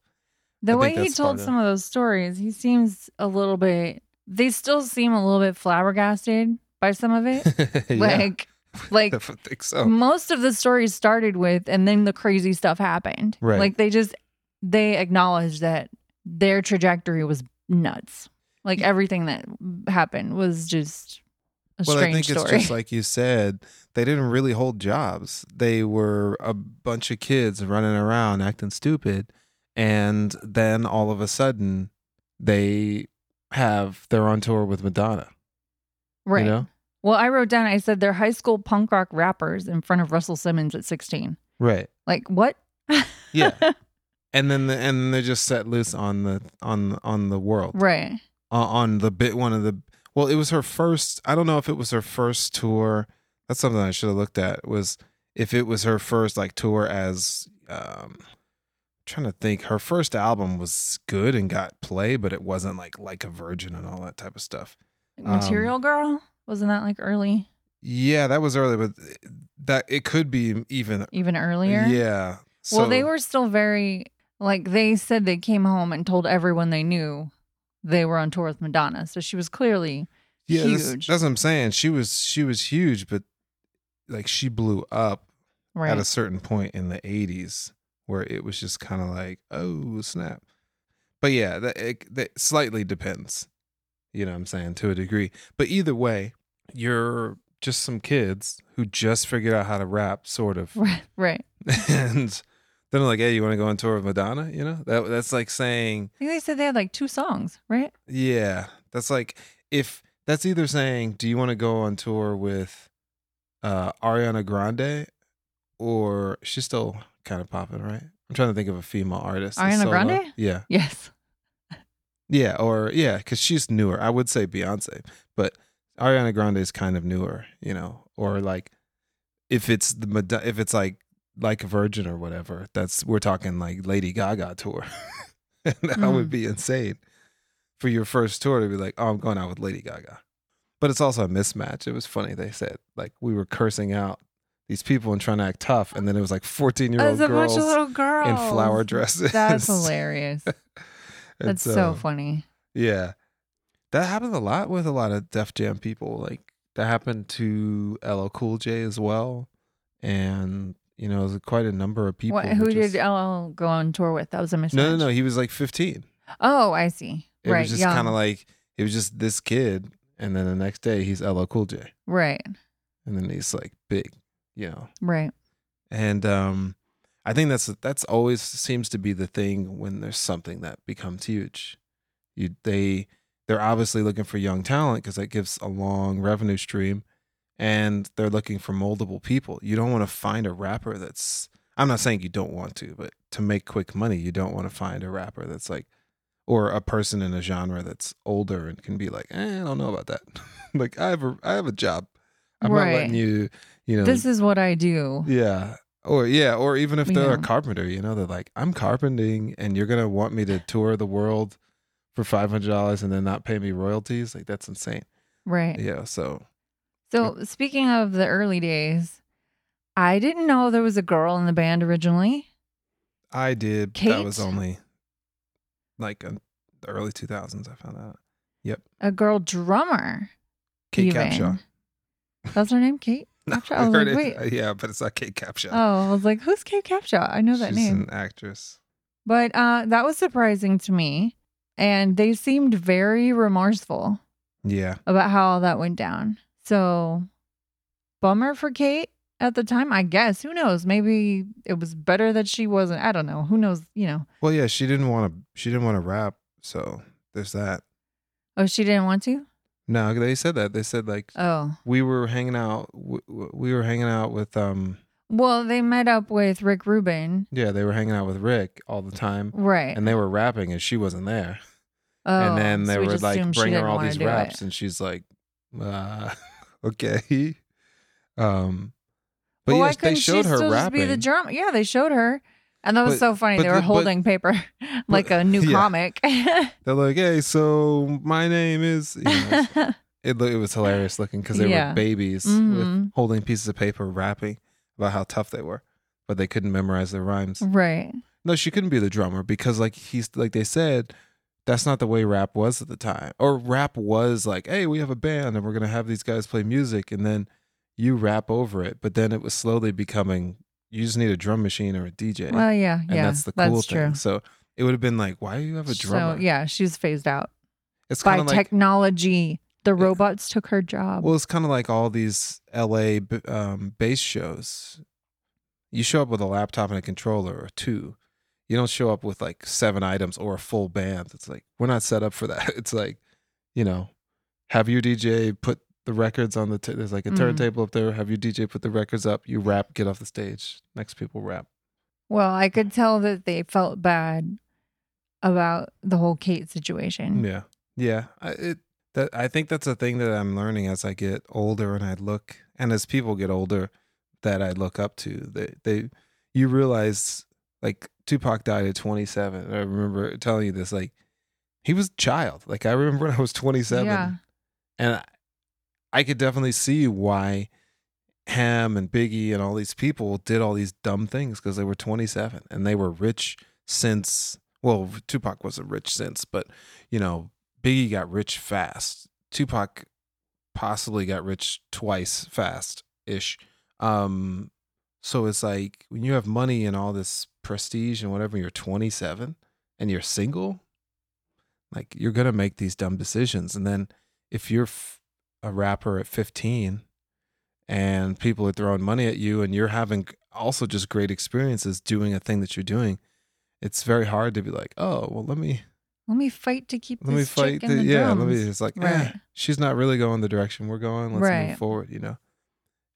Speaker 2: The
Speaker 1: think
Speaker 2: way he
Speaker 1: that's part
Speaker 2: told
Speaker 1: of-
Speaker 2: some of those stories, he seems a little bit. They still seem a little bit flabbergasted by some of it.
Speaker 1: Yeah. Oh.
Speaker 2: Like, like
Speaker 1: I think so.
Speaker 2: most of the stories started with, and then the crazy stuff happened.
Speaker 1: Right.
Speaker 2: Like they just they acknowledged that their trajectory was nuts. Like everything that happened was just a
Speaker 1: Well, I
Speaker 2: strange
Speaker 1: think it's
Speaker 2: story.
Speaker 1: just like you said, they didn't really hold jobs. They were a bunch of kids running around acting stupid. And then all of a sudden, they have they're on tour with Madonna.
Speaker 2: right.
Speaker 1: You know?
Speaker 2: Well, I wrote down. I said they're high school punk rock rappers in front of Russell Simmons at sixteen.
Speaker 1: Right.
Speaker 2: Like what?
Speaker 1: Yeah. and then the, and they're just set loose on the on on the world.
Speaker 2: Right.
Speaker 1: on- uh, on the bit one of the well it was her first i don't know if it was her first tour that's something i should have looked at was if it was her first like tour as um trying to think her first album was good and got play but it wasn't like like a virgin and all that type of stuff Um,
Speaker 2: Material Girl wasn't that like early,
Speaker 1: yeah that was early but that it could be even
Speaker 2: even earlier?
Speaker 1: yeah
Speaker 2: well,
Speaker 1: So-
Speaker 2: they were still very like they said they came home and told everyone they knew they were on tour with Madonna, so she was clearly
Speaker 1: yeah that's-
Speaker 2: huge.
Speaker 1: that's what i'm saying she was she was huge but like she blew up
Speaker 2: right.
Speaker 1: at a certain point in the 80s where it was just kind of like oh snap but yeah that, it, that slightly depends you know what i'm saying to a degree but either way you're just some kids who just figured out how to rap sort of
Speaker 2: right, right,
Speaker 1: and Then they're like, hey, you want to go on tour with Madonna? You know, that that's like saying,
Speaker 2: I think they said they had like two songs, right?
Speaker 1: yeah, that's like if that's either saying, do you want to go on tour with uh, Ariana Grande, or she's still kind of popping, right? I'm trying to think of a female artist. that's
Speaker 2: Ariana
Speaker 1: solo.
Speaker 2: Grande?
Speaker 1: Yeah,
Speaker 2: Yes.
Speaker 1: yeah, or yeah, because she's newer. I would say Beyonce, but Ariana Grande is kind of newer, you know. Or like, if it's the Mado- if it's like like a Virgin or whatever, that's we're talking like Lady Gaga tour. and that would
Speaker 2: Mm.
Speaker 1: be insane for your first tour to be like, oh, I'm going out with Lady Gaga. But it's also a mismatch. It was funny they said like we were cursing out these people and trying to act tough, and then it was like 14 year old
Speaker 2: As a bunch
Speaker 1: girls
Speaker 2: of little girls.
Speaker 1: in flower dresses.
Speaker 2: That's hilarious.
Speaker 1: And
Speaker 2: That's so, funny.
Speaker 1: yeah. That happened a lot with a lot of Def Jam people. Like that happened to LL Cool J as well. And you know, it was quite a number of people.
Speaker 2: What, who
Speaker 1: just-
Speaker 2: did LL go on tour with? That was a mismatch.
Speaker 1: No, no, no. He was like 15.
Speaker 2: Oh, I see.
Speaker 1: It
Speaker 2: right.
Speaker 1: was just
Speaker 2: young.
Speaker 1: kind of like it was just this kid and then the next day he's LL Cool J
Speaker 2: right.
Speaker 1: and then he's like big, you know.
Speaker 2: Right.
Speaker 1: And um I think that's that's always seems to be the thing when there's something that becomes huge. You they they're obviously looking for young talent because that gives a long revenue stream and they're looking for moldable people. You don't want to find a rapper that's I'm not saying you don't want to, but to make quick money, you don't want to find a rapper that's like or a person in a genre that's older and can be like, eh, I don't know about that. like I have a I have a job. I'm not
Speaker 2: Right.
Speaker 1: letting you, you know,
Speaker 2: This is what I do.
Speaker 1: yeah. Or yeah, or even if they're a
Speaker 2: Yeah.
Speaker 1: carpenter, you know, they're like, I'm carpenting and you're gonna want me to tour the world for five hundred dollars and then not pay me royalties? Like that's insane.
Speaker 2: Right.
Speaker 1: Yeah. So
Speaker 2: So speaking of the early days, I didn't know there was a girl in the band originally.
Speaker 1: I did that was
Speaker 2: Kate?
Speaker 1: only like in the early two thousands I found out.
Speaker 2: A girl drummer.
Speaker 1: Kate
Speaker 2: even.
Speaker 1: Capshaw.
Speaker 2: That's her name, Kate. Capshaw? I was
Speaker 1: heard
Speaker 2: like,
Speaker 1: it. Yeah, but it's not Kate Capshaw.
Speaker 2: Oh, I was like, who's Kate Capshaw? I know that
Speaker 1: She's
Speaker 2: name.
Speaker 1: an actress.
Speaker 2: But uh, that was surprising to me. And they seemed very remorseful
Speaker 1: Yeah.
Speaker 2: about how all that went down. So, bummer for Kate at the time, I guess. Who knows? Maybe it was better that she wasn't. I don't know. Who knows? You know,
Speaker 1: Well yeah, she didn't wanna she didn't want to rap, so there's that.
Speaker 2: oh, she didn't want to?
Speaker 1: No, they said that. They said like
Speaker 2: Oh.
Speaker 1: we were hanging out w- w- we were hanging out with um
Speaker 2: Well, they met up with Rick Rubin.
Speaker 1: yeah they were hanging out with rick all the time
Speaker 2: Right.
Speaker 1: and they were rapping and she wasn't there
Speaker 2: oh,
Speaker 1: and then they
Speaker 2: so we
Speaker 1: were
Speaker 2: just
Speaker 1: like
Speaker 2: assumed she
Speaker 1: bring her
Speaker 2: didn't
Speaker 1: all
Speaker 2: wanna
Speaker 1: these
Speaker 2: do it.
Speaker 1: raps and she's like uh okay um but
Speaker 2: well, why
Speaker 1: yes they
Speaker 2: couldn't
Speaker 1: showed
Speaker 2: she
Speaker 1: her
Speaker 2: still just
Speaker 1: rapping
Speaker 2: be the drum. Yeah, they showed her. And that was
Speaker 1: But-
Speaker 2: so funny.
Speaker 1: but
Speaker 2: They
Speaker 1: the-
Speaker 2: were
Speaker 1: but-
Speaker 2: holding paper like a new
Speaker 1: Yeah.
Speaker 2: comic.
Speaker 1: they're like hey so my name is you know, it's- it, lo- it was hilarious looking because they
Speaker 2: Yeah.
Speaker 1: were babies with
Speaker 2: Mhm.
Speaker 1: holding pieces of paper rapping about how tough they were but they couldn't memorize their rhymes
Speaker 2: right.
Speaker 1: No, she couldn't be the drummer because like he's like they said, that's not the way rap was at the time. Or rap was like, hey, we have a band and we're gonna have these guys play music and then you rap over it. But then it was slowly becoming you just need a drum machine or a DJ.
Speaker 2: Well, yeah,
Speaker 1: and
Speaker 2: yeah.
Speaker 1: that's the cool
Speaker 2: that's
Speaker 1: thing.
Speaker 2: true.
Speaker 1: So it would have been like, why do you have a drummer?
Speaker 2: So yeah, she was phased out
Speaker 1: It's
Speaker 2: by
Speaker 1: kind of like
Speaker 2: technology. The
Speaker 1: Yeah.
Speaker 2: robots took her job.
Speaker 1: well, it's kind of like all these LA b- um, bass shows. You show up with a laptop and a controller or two. You don't show up with like seven items or a full band. It's like we're not set up for that. It's like, you know, have your DJ put the records on the. T- there's like a
Speaker 2: Mhm.
Speaker 1: turntable up there. Have your DJ put the records up. You rap. Get off the stage. Next people rap.
Speaker 2: well, I could tell that they felt bad about the whole Kate situation.
Speaker 1: Yeah, yeah. I, it that I think that's a thing that I'm learning as I get older and I look and as people get older that I look up to. They they you realize like Tupac died at 27. I remember telling you this like he was a child. Like I remember when I was 27
Speaker 2: Yeah.
Speaker 1: and I, I could definitely see why Ham and Biggie and all these people did all these dumb things because they were 27 and they were rich since well Tupac wasn't rich since but you know Biggie got rich fast Tupac possibly got rich twice fast ish um so it's like when you have money and all this prestige and whatever you're 27 and you're single like you're going to make these dumb decisions and then if you're f- a rapper at 15 and people are throwing money at you and you're having also just great experiences doing a thing that you're doing. It's very hard to be like, oh, well, let me
Speaker 2: Let me fight to keep
Speaker 1: let me
Speaker 2: this
Speaker 1: fight.
Speaker 2: chick in
Speaker 1: The,
Speaker 2: the
Speaker 1: yeah, let me.
Speaker 2: drums.
Speaker 1: It's like, eh,
Speaker 2: Right.
Speaker 1: she's not really going the direction we're going. Let's move
Speaker 2: Right.
Speaker 1: forward, you know.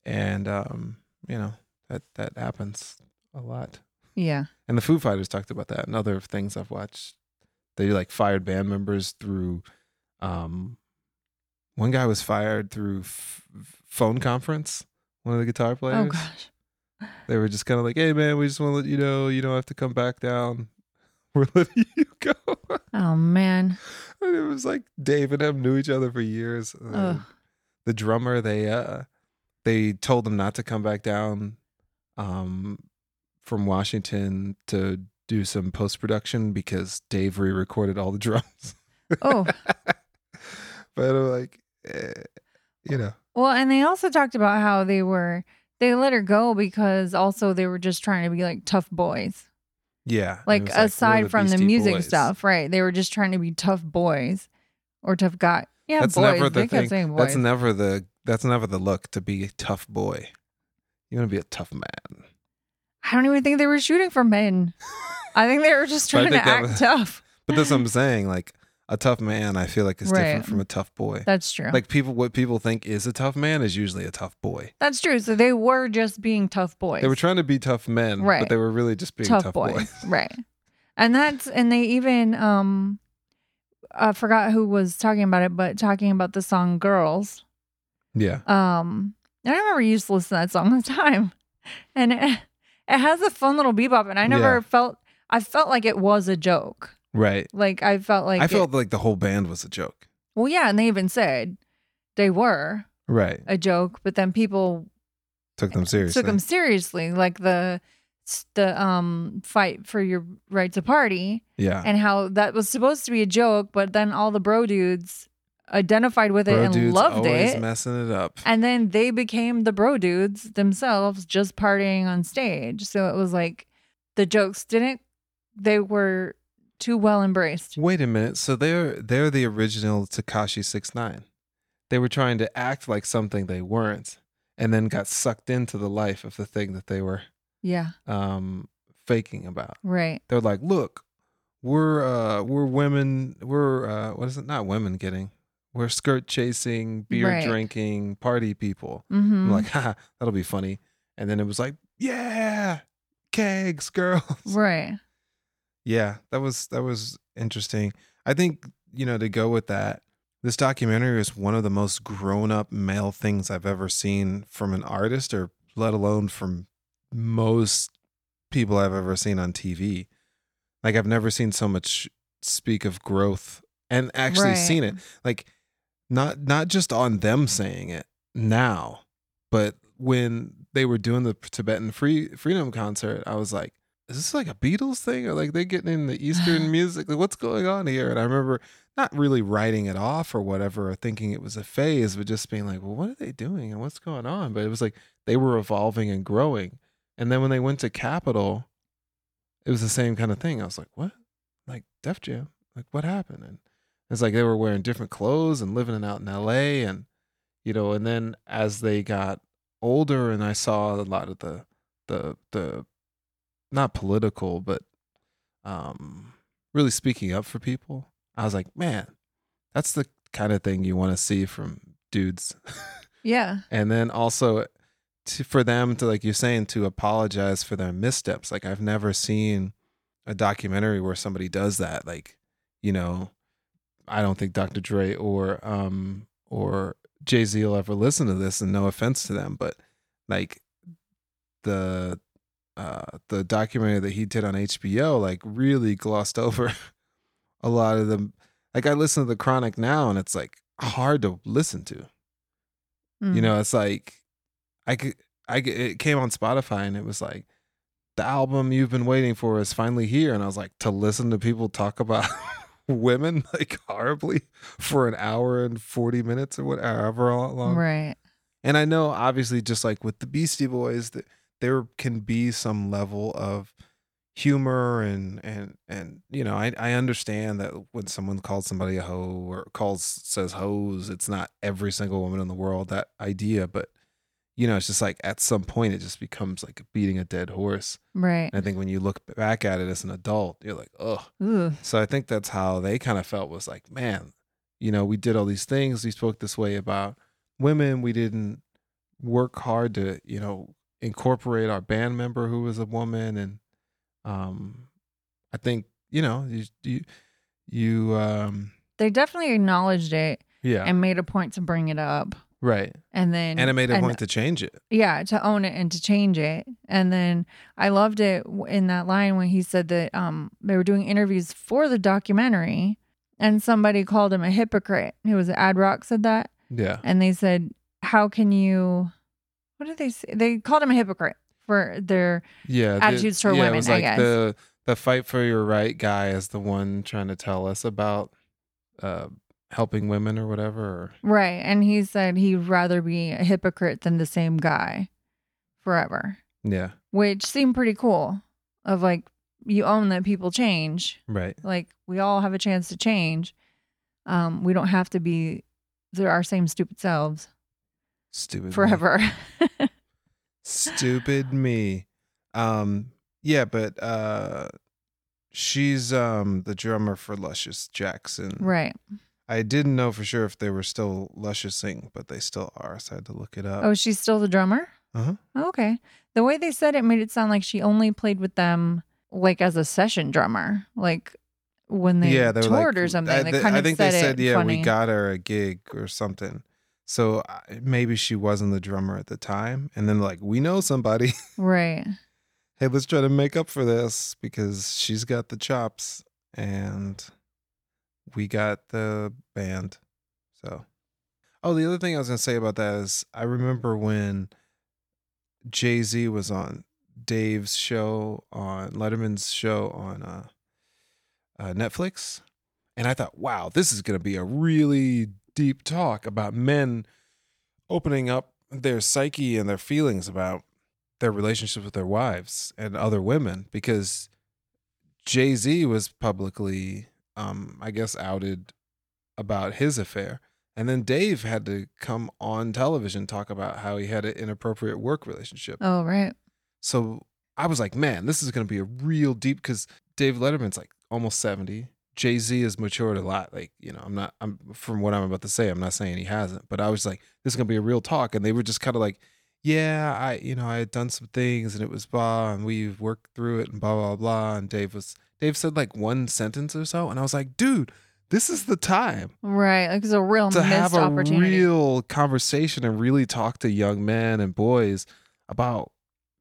Speaker 1: And um, you know that that happens a lot.
Speaker 2: Yeah.
Speaker 1: And the Foo Fighters talked about that and other things I've watched. They like fired band members through um one guy was fired through f- f- phone conference, one of the guitar
Speaker 2: Oh
Speaker 1: players.
Speaker 2: gosh.
Speaker 1: They were just kind of like, "Hey man, we just want to let you know you don't have to come back down. We're letting you go."
Speaker 2: Oh man.
Speaker 1: and it was like Dave and him knew each other for years. And
Speaker 2: Ugh.
Speaker 1: The drummer, they uh they told him not to come back down um from Washington to do some post production because Dave re-recorded all the drums.
Speaker 2: Oh.
Speaker 1: but I'm like, eh, you know,
Speaker 2: Well, and they also talked about how they were they let her go because also they were just trying to be like tough boys.
Speaker 1: yeah. And it
Speaker 2: Like
Speaker 1: was we're
Speaker 2: aside
Speaker 1: the
Speaker 2: from the
Speaker 1: Beastie
Speaker 2: music
Speaker 1: Boys.
Speaker 2: stuff, right? They were just trying to be tough boys or tough guy. Yeah,
Speaker 1: That's
Speaker 2: boys.
Speaker 1: never
Speaker 2: they
Speaker 1: the
Speaker 2: kept
Speaker 1: thing.
Speaker 2: saying boys.
Speaker 1: That's never the that's never the look to be a tough boy. You want to be a tough man.
Speaker 2: I don't even think they were shooting for men. I think they were just
Speaker 1: But I
Speaker 2: trying to
Speaker 1: think that
Speaker 2: act
Speaker 1: was-
Speaker 2: tough.
Speaker 1: But that's what I'm saying. Like a tough man, I feel like is different
Speaker 2: Right.
Speaker 1: from a tough boy.
Speaker 2: That's true.
Speaker 1: Like people, what people think is a tough man is usually a tough boy.
Speaker 2: That's true. So they were just being tough boys.
Speaker 1: They were trying to be tough men, but
Speaker 2: Right.
Speaker 1: they were really just being tough,
Speaker 2: tough,
Speaker 1: boys.
Speaker 2: boys. right. And that's and they even um I forgot who was talking about it, but talking about the song Girls.
Speaker 1: Yeah,
Speaker 2: Um and I remember you used to listen to that song all the time. And it, it has a fun little bebop and I never
Speaker 1: Yeah.
Speaker 2: felt I felt like it was a joke.
Speaker 1: right.
Speaker 2: Like I felt like
Speaker 1: I
Speaker 2: it-
Speaker 1: felt like the whole band was a joke.
Speaker 2: well yeah, and they even said they were
Speaker 1: Right,
Speaker 2: a joke, but then people
Speaker 1: took them seriously.
Speaker 2: took them seriously, like the the um fight for your right to party
Speaker 1: yeah,
Speaker 2: and how that was supposed to be a joke, but then all the bro dudes identified with it
Speaker 1: bro
Speaker 2: and
Speaker 1: dudes
Speaker 2: loved
Speaker 1: always
Speaker 2: it.
Speaker 1: messing it up.
Speaker 2: and then they became the bro dudes themselves just partying on stage. So it was like the jokes didn't they were too well embraced.
Speaker 1: Wait a minute. So they're they're the original Takashi Six Nine. They were trying to act like something they weren't, and then got sucked into the life of the thing that they were
Speaker 2: Yeah,
Speaker 1: um, faking about.
Speaker 2: right.
Speaker 1: they're like, look, we're uh we're women, we're uh what is it? Not women getting. We're skirt chasing, beer
Speaker 2: Right.
Speaker 1: drinking, party people.
Speaker 2: Mhm.
Speaker 1: I'm like, ha, that'll be funny. And then it was like, yeah, kegs, girls.
Speaker 2: right.
Speaker 1: Yeah, that was that was interesting. I think, you know, to go with that, this documentary is one of the most grown up male things I've ever seen from an artist or let alone from most people I've ever seen on TV. Like I've never seen so much speak of growth and actually
Speaker 2: Right.
Speaker 1: seen it. Like not not just on them saying it now, but when they were doing the Tibetan free freedom concert, I was like, is this like a Beatles thing or like they getting in the Eastern music? Like what's going on here? And I remember not really writing it off or whatever or thinking it was a phase, but just being like, well, what are they doing and what's going on? But it was like they were evolving and growing. And then when they went to Capitol, it was the same kind of thing. I was like, what? Like Def Jam? Like what happened? And it's like they were wearing different clothes and living out in LA and you know, and then as they got older and I saw a lot of the the the not political, but um really speaking up for people, I was like, man, that's the kind of thing you want to see from dudes
Speaker 2: Yeah.
Speaker 1: and then also to, for them to like you're saying to apologize for their missteps like i've never seen a documentary where somebody does that like you know i don't think dr dre or um or jay-z will ever listen to this and no offense to them but like the uh the documentary that he did on hbo like really glossed over a lot of them like i listen to the chronic now and it's like hard to listen to you
Speaker 2: Mm.
Speaker 1: know it's like i could i could, it came on spotify and it was like the album you've been waiting for is finally here and i was like to listen to people talk about women like horribly for an hour and 40 minutes or whatever long
Speaker 2: Right.
Speaker 1: and I know, obviously, just like with the Beastie Boys, that there can be some level of humor and and and you know, I I understand that when someone calls somebody a hoe or calls says hoes, it's not every single woman in the world that idea, but you know, it's just like at some point it just becomes like beating a dead horse.
Speaker 2: Right.
Speaker 1: And I think when you look back at it as an adult, you're like, oh.
Speaker 2: Ooh.
Speaker 1: So I think that's how they kind of felt was like, man, you know, we did all these things. We spoke this way about women. We didn't work hard to, you know, incorporate our band member who was a woman. And um, I think, you know, you, you, you um,
Speaker 2: They definitely acknowledged it
Speaker 1: yeah,
Speaker 2: and made a point to bring it up.
Speaker 1: right.
Speaker 2: And then
Speaker 1: And it made a
Speaker 2: and-
Speaker 1: point to change it.
Speaker 2: yeah to own it and to change it and then i loved it w- in that line when he said that um they were doing interviews for the documentary and somebody called him a hypocrite it was ad rock said that
Speaker 1: Yeah.
Speaker 2: and they said how can you what did they say they called him a hypocrite for their
Speaker 1: yeah the-
Speaker 2: attitudes toward
Speaker 1: yeah,
Speaker 2: women,
Speaker 1: It was
Speaker 2: I
Speaker 1: like
Speaker 2: guess.
Speaker 1: the the fight for your right guy is the one trying to tell us about uh, helping women or whatever. Or,
Speaker 2: right and he said he'd rather be a hypocrite than the same guy forever
Speaker 1: yeah,
Speaker 2: which seemed pretty cool of like you own that people change
Speaker 1: right.
Speaker 2: like we all have a chance to change um we don't have to be they're our same stupid selves
Speaker 1: Stupid me.
Speaker 2: forever
Speaker 1: Stupid me. Um, yeah, but uh, she's um the drummer for Luscious Jackson.
Speaker 2: right
Speaker 1: I didn't know for sure if they were still Lusciousing, but they still are. So I had to look it up.
Speaker 2: oh she's still the drummer
Speaker 1: Uh,
Speaker 2: Oh,
Speaker 1: Uh-huh.
Speaker 2: okay the way they said it made it sound like she only played with them like as a session drummer like when they
Speaker 1: yeah, they were
Speaker 2: toured
Speaker 1: like,
Speaker 2: or something
Speaker 1: I,
Speaker 2: they
Speaker 1: th-
Speaker 2: kind
Speaker 1: I
Speaker 2: of
Speaker 1: think
Speaker 2: said,
Speaker 1: they said,
Speaker 2: it
Speaker 1: yeah,
Speaker 2: funny.
Speaker 1: we got her a gig or something. So I- maybe she wasn't the drummer at the time, and then like we know somebody.
Speaker 2: right
Speaker 1: hey, let's try to make up for this because she's got the chops, and we got the band. So, oh, the other thing I was gonna say about that is I remember when Jay Z was on Dave's show on Letterman's show on uh, uh, Netflix, and I thought, wow, this is gonna be a really deep talk about men opening up their psyche and their feelings about their relationships with their wives and other women because Jay Z was publicly, um, I guess, outed about his affair. And then Dave had to come on television talk about how he had an inappropriate work relationship.
Speaker 2: oh right
Speaker 1: So I was like, man, this is going to be a real deep because Dave Letterman's like almost 70. Jay Z has matured a lot. Like, you know, I'm not, I'm from what I'm about to say, I'm not saying he hasn't, but I was like, this is going to be a real talk. And they were just kind of like, yeah, I, you know, I had done some things and it was blah, and we worked through it and blah, blah, blah. And Dave was, Dave said like one sentence or so. And I was like, dude, this is the time
Speaker 2: right like it's a real
Speaker 1: to
Speaker 2: missed
Speaker 1: have a
Speaker 2: opportunity
Speaker 1: real conversation and really talk to young men and boys about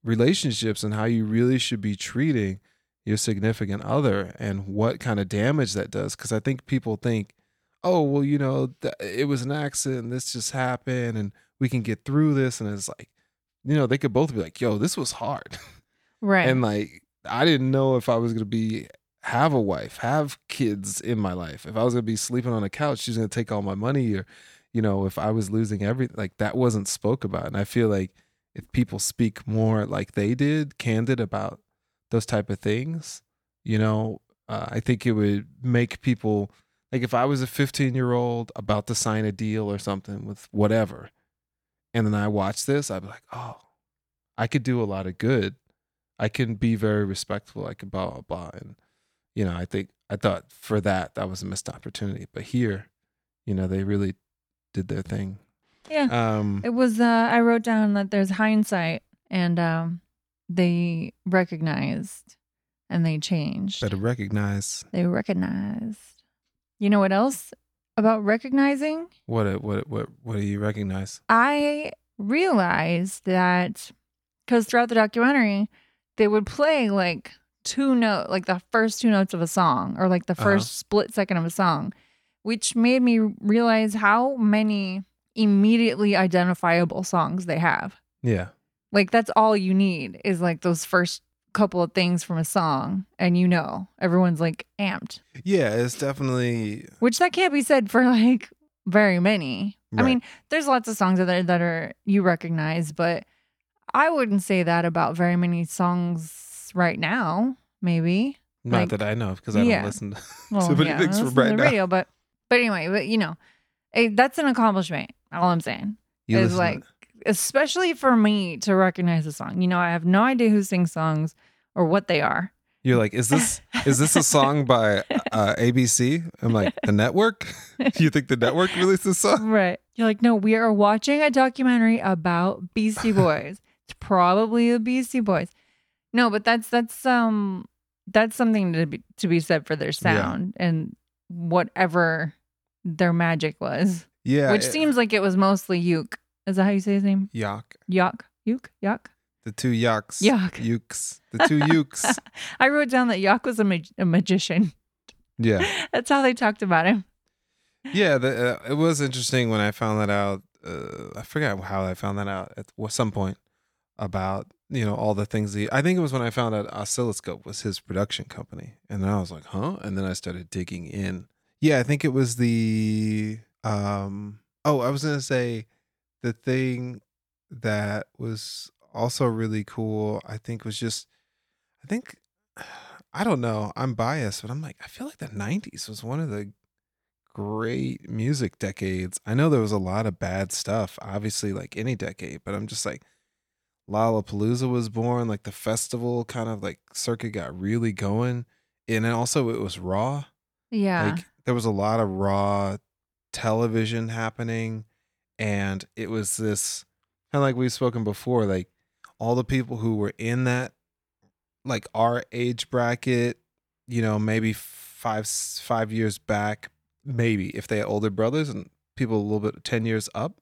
Speaker 1: relationships and how you really should be treating your significant other and what kind of damage that does because i think people think oh well you know th- it was an accident this just happened and we can get through this and it's like you know they could both be like yo this was hard
Speaker 2: right
Speaker 1: and like I didn't know if I was gonna be have a wife, have kids in my life. If I was gonna be sleeping on a couch, she's gonna take all my money, or you know, if I was losing everything, like that wasn't spoke about. And I feel like if people speak more like they did, candid about those type of things, you know, uh, I think it would make people like if I was a 15 year old about to sign a deal or something with whatever, and then I watch this, I'd be like, oh, I could do a lot of good I can be very respectful. I can blah blah blah, and you know, I think I thought for that that was a missed opportunity. But here, you know, they really did their thing.
Speaker 2: yeah
Speaker 1: Um,
Speaker 2: It was. Uh, I wrote down that there's hindsight, and um, they recognized, and they changed.
Speaker 1: better recognize
Speaker 2: They recognized. You know what else about recognizing?
Speaker 1: what it, what it, what what do you recognize?
Speaker 2: I realized that because throughout the documentary, they would play like two note, like the first two notes of a song, or like the 1st
Speaker 1: Uh-huh.
Speaker 2: split second of a song, which made me realize how many immediately identifiable songs they have.
Speaker 1: Yeah,
Speaker 2: Like that's all you need is like those first couple of things from a song and you know everyone's like amped.
Speaker 1: yeah, it's definitely
Speaker 2: Which that can't be said for like very many. I
Speaker 1: Right.
Speaker 2: mean, there's lots of songs out there that are you recognize, but I wouldn't say that about very many songs right now, maybe.
Speaker 1: not
Speaker 2: Like,
Speaker 1: that I know because I
Speaker 2: yeah.
Speaker 1: don't listen. To,
Speaker 2: Well,
Speaker 1: So many
Speaker 2: yeah,
Speaker 1: things
Speaker 2: I
Speaker 1: from
Speaker 2: listen to
Speaker 1: right
Speaker 2: the
Speaker 1: now.
Speaker 2: radio, but but anyway, but you know, eh, that's an accomplishment. All I'm saying
Speaker 1: you
Speaker 2: is
Speaker 1: listen to-
Speaker 2: like especially for me to recognize a song. You know, I have no idea who sings songs or what they are.
Speaker 1: You're like, is this is this a song by uh, ABC? I'm like, the network. you think the network released this song?
Speaker 2: Right. You're like, no, we are watching a documentary about Beastie Boys. it's probably the Beastie Boys. No, but that's that's um that's something to be to be said for their sound and whatever their magic was.
Speaker 1: Yeah,
Speaker 2: which
Speaker 1: it-
Speaker 2: seems like it was mostly Yuke. Is that how you say his name?
Speaker 1: yuck.
Speaker 2: Yuck. Yuke? Yuck?
Speaker 1: The two yucks.
Speaker 2: Yuck.
Speaker 1: Ukes. The two ukes.
Speaker 2: I wrote down that Yuck was a, mag- a magician.
Speaker 1: yeah.
Speaker 2: That's how they talked about him.
Speaker 1: yeah the, uh, it was interesting when i found that out uh, i forgot how i found that out at w- some point about you know all the things he i think it was when i found out oscilloscope was his production company and then i was like huh and then i started digging in yeah i think it was the um oh i was gonna say the thing that was also really cool i think was just i think i don't know i'm biased but i'm like i feel like the 90s was one of the great music decades. I know there was a lot of bad stuff, obviously, like any decade, but I'm just like, Lollapalooza was born, like the festival kind of like circuit got really going. And then also, it was raw.
Speaker 2: Yeah.
Speaker 1: Like there was a lot of raw television happening, and it was this kind of like we've spoken before, like all the people who were in that, like our age bracket, you know, maybe five five years back, maybe if they had older brothers and people a little bit ten years up,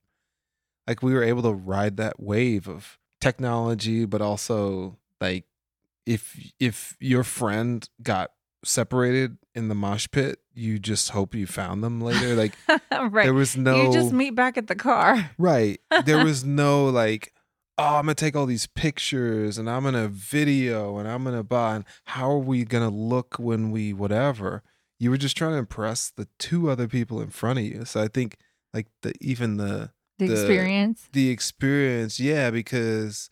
Speaker 1: like we were able to ride that wave of technology, but also like if if your friend got separated in the mosh pit, you just hope you found them later. Like
Speaker 2: right.
Speaker 1: there was no
Speaker 2: You just meet back at the car.
Speaker 1: right. There was no like, oh, I'm gonna take all these pictures and I'm gonna video and I'm gonna buy. And how are we gonna look when we whatever? You were just trying to impress the two other people in front of you. So I think like the even the
Speaker 2: The,
Speaker 1: The-
Speaker 2: experience.
Speaker 1: the experience, yeah, because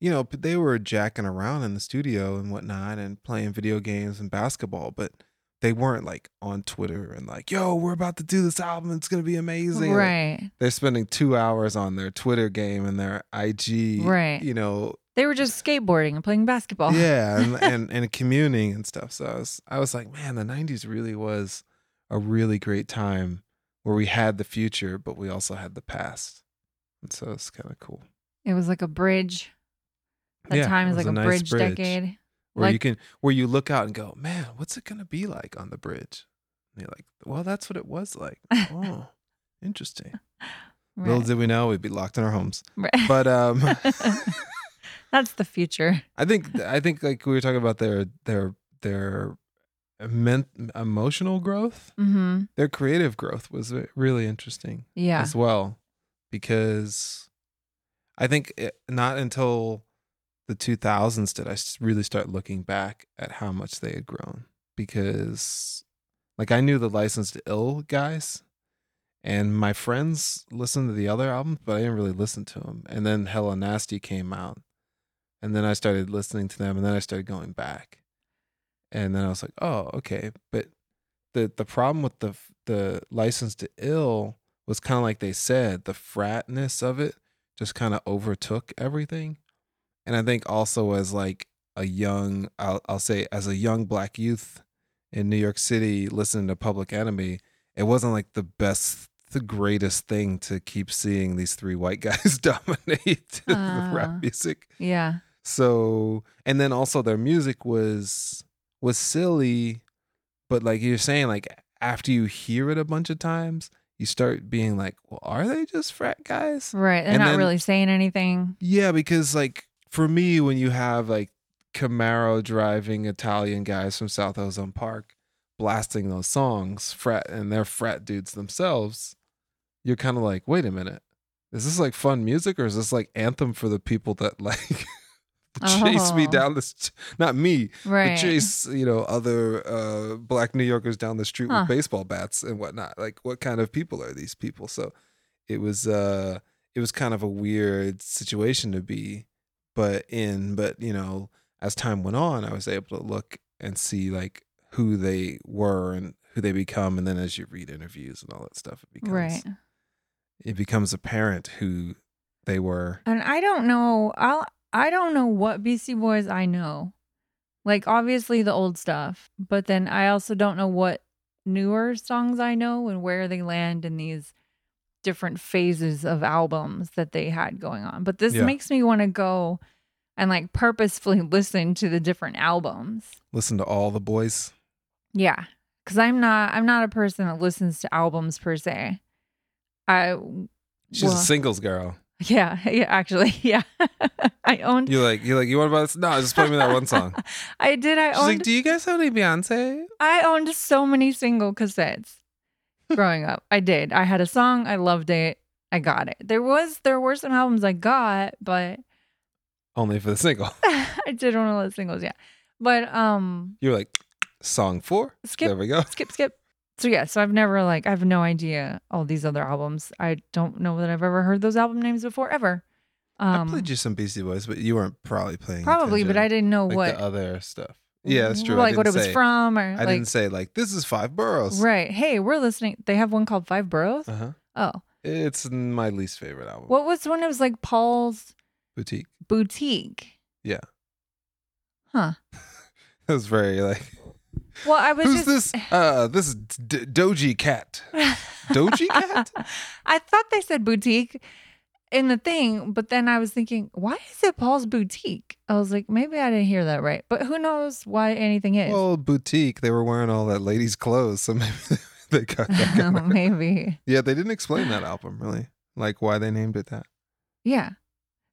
Speaker 1: you know they were jacking around in the studio and whatnot and playing video games and basketball, but they weren't like on Twitter and like, "Yo, we're about to do this album; it's gonna be amazing." Like,
Speaker 2: Right.
Speaker 1: they're spending two hours on their Twitter game and their IG,
Speaker 2: Right. Oh.
Speaker 1: You know,
Speaker 2: They were just skateboarding and playing basketball.
Speaker 1: yeah, and, and and communing and stuff. So I was I was like, man, the '90s really was a really great time where we had the future, but we also had the past, and so it's kind of cool.
Speaker 2: It was like a bridge. That
Speaker 1: Yeah,
Speaker 2: time
Speaker 1: it
Speaker 2: is
Speaker 1: was
Speaker 2: like a,
Speaker 1: a nice
Speaker 2: bridge,
Speaker 1: bridge.
Speaker 2: decade.
Speaker 1: where you
Speaker 2: Like-
Speaker 1: can where you look out and go, man, what's it gonna be like on the bridge? And you're like, well, that's what it was like. Oh, interesting.
Speaker 2: Right.
Speaker 1: Little did we know we'd be locked in our homes.
Speaker 2: Right.
Speaker 1: But um,
Speaker 2: That's the future.
Speaker 1: I think I think like we were talking about their their their men- emotional growth,
Speaker 2: hmm
Speaker 1: their creative growth was re- really interesting
Speaker 2: Yeah.
Speaker 1: as well, because I think it, not until the 2000s did I s- really start looking back at how much they had grown because like I knew the Licensed to Ill guys and my friends listened to the other albums but I didn't really listen to them and then Hella Nasty came out and then I started listening to them and then I started going back and then I was like oh okay but the the problem with the f- the Licensed to Ill was kind of like they said the fratness of it just kind of overtook everything and I think also as like a young, I'll, I'll say as a young black youth in New York City, listening to Public Enemy, it wasn't like the best, the greatest thing to keep seeing these three white guys dominate the
Speaker 2: Ah.
Speaker 1: rap music.
Speaker 2: Yeah.
Speaker 1: So, and then also their music was was silly, but like you're saying, like after you hear it a bunch of times, you start being like, well, are they just frat guys?
Speaker 2: Right. They're
Speaker 1: And
Speaker 2: not
Speaker 1: then-
Speaker 2: really saying anything.
Speaker 1: Yeah, because like for me, when you have like Camaro driving Italian guys from South Ozone Park blasting those songs, frat and they're frat dudes themselves, you're kind of like, wait a minute, is this like fun music or is this like anthem for the people that like chase me
Speaker 2: Oh.
Speaker 1: down the st- not me,
Speaker 2: Right.
Speaker 1: but chase you know other uh, black New Yorkers down the street
Speaker 2: Huh.
Speaker 1: with baseball bats and whatnot. Like, what kind of people are these people? So, it was uh, it was kind of a weird situation to be, but in but you know as time went on, I was able to look and see like who they were and who they become, and then as you read interviews and all that stuff, it becomes
Speaker 2: Right.
Speaker 1: it becomes apparent who they were.
Speaker 2: And I don't know. I'll. I don't know what BC Boys I know. Like obviously the old stuff, but then I also don't know what newer songs I know and where they land in these different phases of albums that they had going on. But this
Speaker 1: Yeah.
Speaker 2: makes me want to go and like purposefully listen to the different albums.
Speaker 1: Listen to all the boys.
Speaker 2: Yeah, because I'm not I'm not a person that listens to albums per se. I
Speaker 1: She's
Speaker 2: well,
Speaker 1: a singles girl.
Speaker 2: yeah yeah actually yeah I owned
Speaker 1: You're like, you're like, you want to buy this? No, just play me that one song.
Speaker 2: I did I
Speaker 1: She's
Speaker 2: owned
Speaker 1: like, do you guys have any Beyonce?
Speaker 2: I owned so many single cassettes growing up. I did. I had a song. I loved it. I got it. There was there were some albums I got, but
Speaker 1: Only for the single.
Speaker 2: I did one of those singles. Yeah, but um,
Speaker 1: You're like, song four.
Speaker 2: Skip.
Speaker 1: There we go.
Speaker 2: skip skip. So yeah, so I've never like I have no idea all these other albums. I don't know that I've ever heard those album names before ever.
Speaker 1: I
Speaker 2: Um,
Speaker 1: played you some Beastie Boys, but you weren't probably playing.
Speaker 2: probably, but I
Speaker 1: attention.
Speaker 2: didn't know
Speaker 1: like
Speaker 2: what Mm,
Speaker 1: the other stuff. Yeah, that's true. I
Speaker 2: Like what it
Speaker 1: didn't
Speaker 2: was
Speaker 1: say-
Speaker 2: from or
Speaker 1: I
Speaker 2: like
Speaker 1: didn't say like this is five boroughs.
Speaker 2: right. Hey, we're listening. They have one called Five Boroughs.
Speaker 1: Uh-huh.
Speaker 2: Oh,
Speaker 1: It's my least favorite album.
Speaker 2: what was one? It was like Paul's
Speaker 1: Boutique.
Speaker 2: boutique.
Speaker 1: Yeah.
Speaker 2: Huh.
Speaker 1: It was very like
Speaker 2: Well, I was
Speaker 1: who's
Speaker 2: just
Speaker 1: this? Uh, this is D- Doji Cat. Doji Cat.
Speaker 2: I thought they said boutique in the thing, but then I was thinking, why is it Paul's boutique? I was like, maybe I didn't hear that right. But who knows why anything is?
Speaker 1: Well, boutique. They were wearing all that ladies' clothes, so maybe they got that. covered.
Speaker 2: maybe.
Speaker 1: yeah, they didn't explain that album really, like why they named it that.
Speaker 2: Yeah.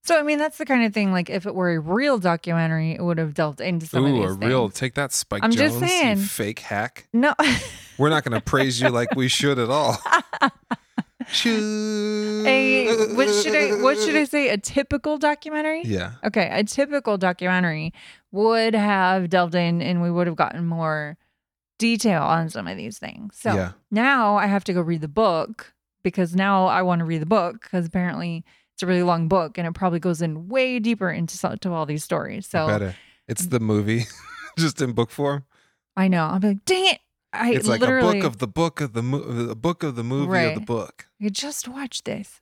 Speaker 2: So I mean, that's the kind of thing. Like, if it were a real documentary, it would have delved into some of
Speaker 1: Ooh,
Speaker 2: these
Speaker 1: a real
Speaker 2: things.
Speaker 1: take that, Spike
Speaker 2: I'm
Speaker 1: Jones.
Speaker 2: just
Speaker 1: you
Speaker 2: saying.
Speaker 1: fake hack.
Speaker 2: no.
Speaker 1: We're not going to praise you like we should at all. Shoo.
Speaker 2: a what should I what should I say? A typical documentary.
Speaker 1: Yeah.
Speaker 2: Okay, a typical documentary would have delved in and we would have gotten more detail on some of these things. So
Speaker 1: yeah.
Speaker 2: now I have to go read the book because now I want to read the book because apparently it's a really long book and it probably goes in way deeper into so- to all these stories. So I,
Speaker 1: Better. It's the movie, just in book form.
Speaker 2: know I'll be like, dang it! I
Speaker 1: It's like a
Speaker 2: literally
Speaker 1: book of the book of the mo- the book of the movie of
Speaker 2: Right.
Speaker 1: the book.
Speaker 2: I just watched this.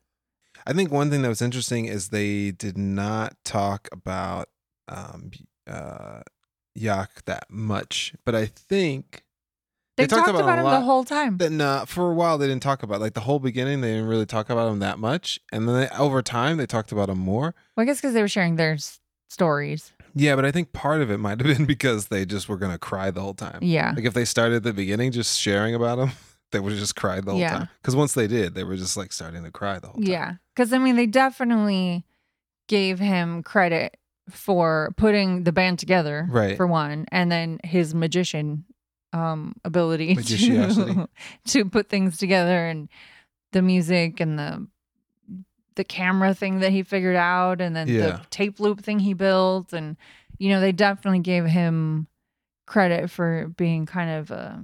Speaker 1: I think one thing that was interesting is they did not talk about um, uh, Yak that much, but I think
Speaker 2: They,
Speaker 1: They talked
Speaker 2: talked
Speaker 1: about
Speaker 2: about,
Speaker 1: it a
Speaker 2: him
Speaker 1: lot.
Speaker 2: the whole time.
Speaker 1: then uh, for a while they didn't talk about like the whole beginning. They didn't really talk about him that much, and then they, over time they talked about him more.
Speaker 2: well, I guess because they were sharing their s- stories.
Speaker 1: Yeah, but I think part of it might have been because they just were gonna cry the whole time.
Speaker 2: Yeah.
Speaker 1: Like if they started at the beginning just sharing about him, they would have just cried the whole
Speaker 2: Yeah.
Speaker 1: time. Because once they did, they were just like starting to cry the whole time.
Speaker 2: Yeah. Because, I mean, they definitely gave him credit for putting the band together,
Speaker 1: Right.
Speaker 2: for one, and then his magician um, ability to,
Speaker 1: Magiciosity.
Speaker 2: to put things together and the music and the the camera thing that he figured out and then
Speaker 1: Yeah.
Speaker 2: the tape loop thing he built and you know they definitely gave him credit for being kind of a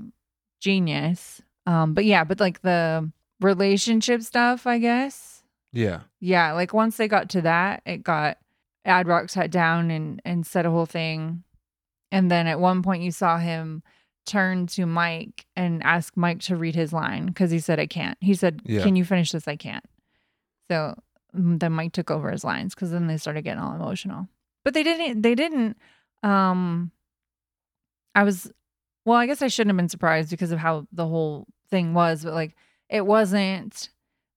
Speaker 2: genius um but yeah but like the relationship stuff i guess
Speaker 1: Yeah.
Speaker 2: yeah like once they got to that it got ad rock sat down and and said a whole thing and then at one point you saw him turn to mike and ask mike to read his line because he said i can't he said
Speaker 1: Yeah.
Speaker 2: can you finish this i can't so mm, then mike took over his lines because then they started getting all emotional but they didn't they didn't um i was well i guess i shouldn't have been surprised because of how the whole thing was but like it wasn't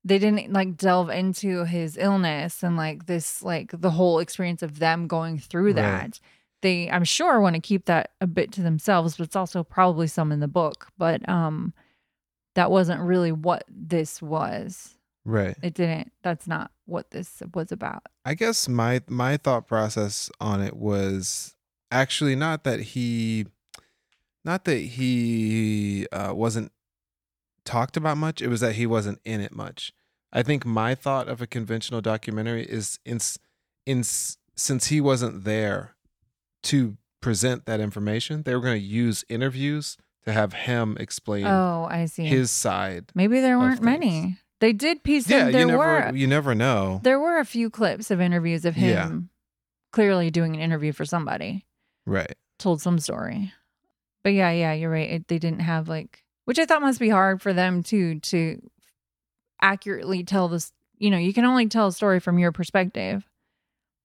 Speaker 2: they didn't like delve into his illness and like this like the whole experience of them going through
Speaker 1: Right.
Speaker 2: that they i'm sure want to keep that a bit to themselves but it's also probably some in the book but um that wasn't really what this was
Speaker 1: Right.
Speaker 2: it didn't that's not what this was about
Speaker 1: I guess my my thought process on it was actually not that he not that he uh, wasn't talked about much it was that he wasn't in it much i think my thought of a conventional documentary is in, in since he wasn't there to present that information they were going to use interviews to have him explain
Speaker 2: oh i see
Speaker 1: his side
Speaker 2: maybe there
Speaker 1: of
Speaker 2: weren't many they did piece
Speaker 1: yeah
Speaker 2: in there
Speaker 1: you never
Speaker 2: were
Speaker 1: you never know
Speaker 2: there were a few clips of interviews of him
Speaker 1: Yeah.
Speaker 2: clearly doing an interview for somebody
Speaker 1: right
Speaker 2: told some story. But yeah, yeah, you're right. It, they didn't have like, which I thought must be hard for them too to accurately tell this, you know, you can only tell a story from your perspective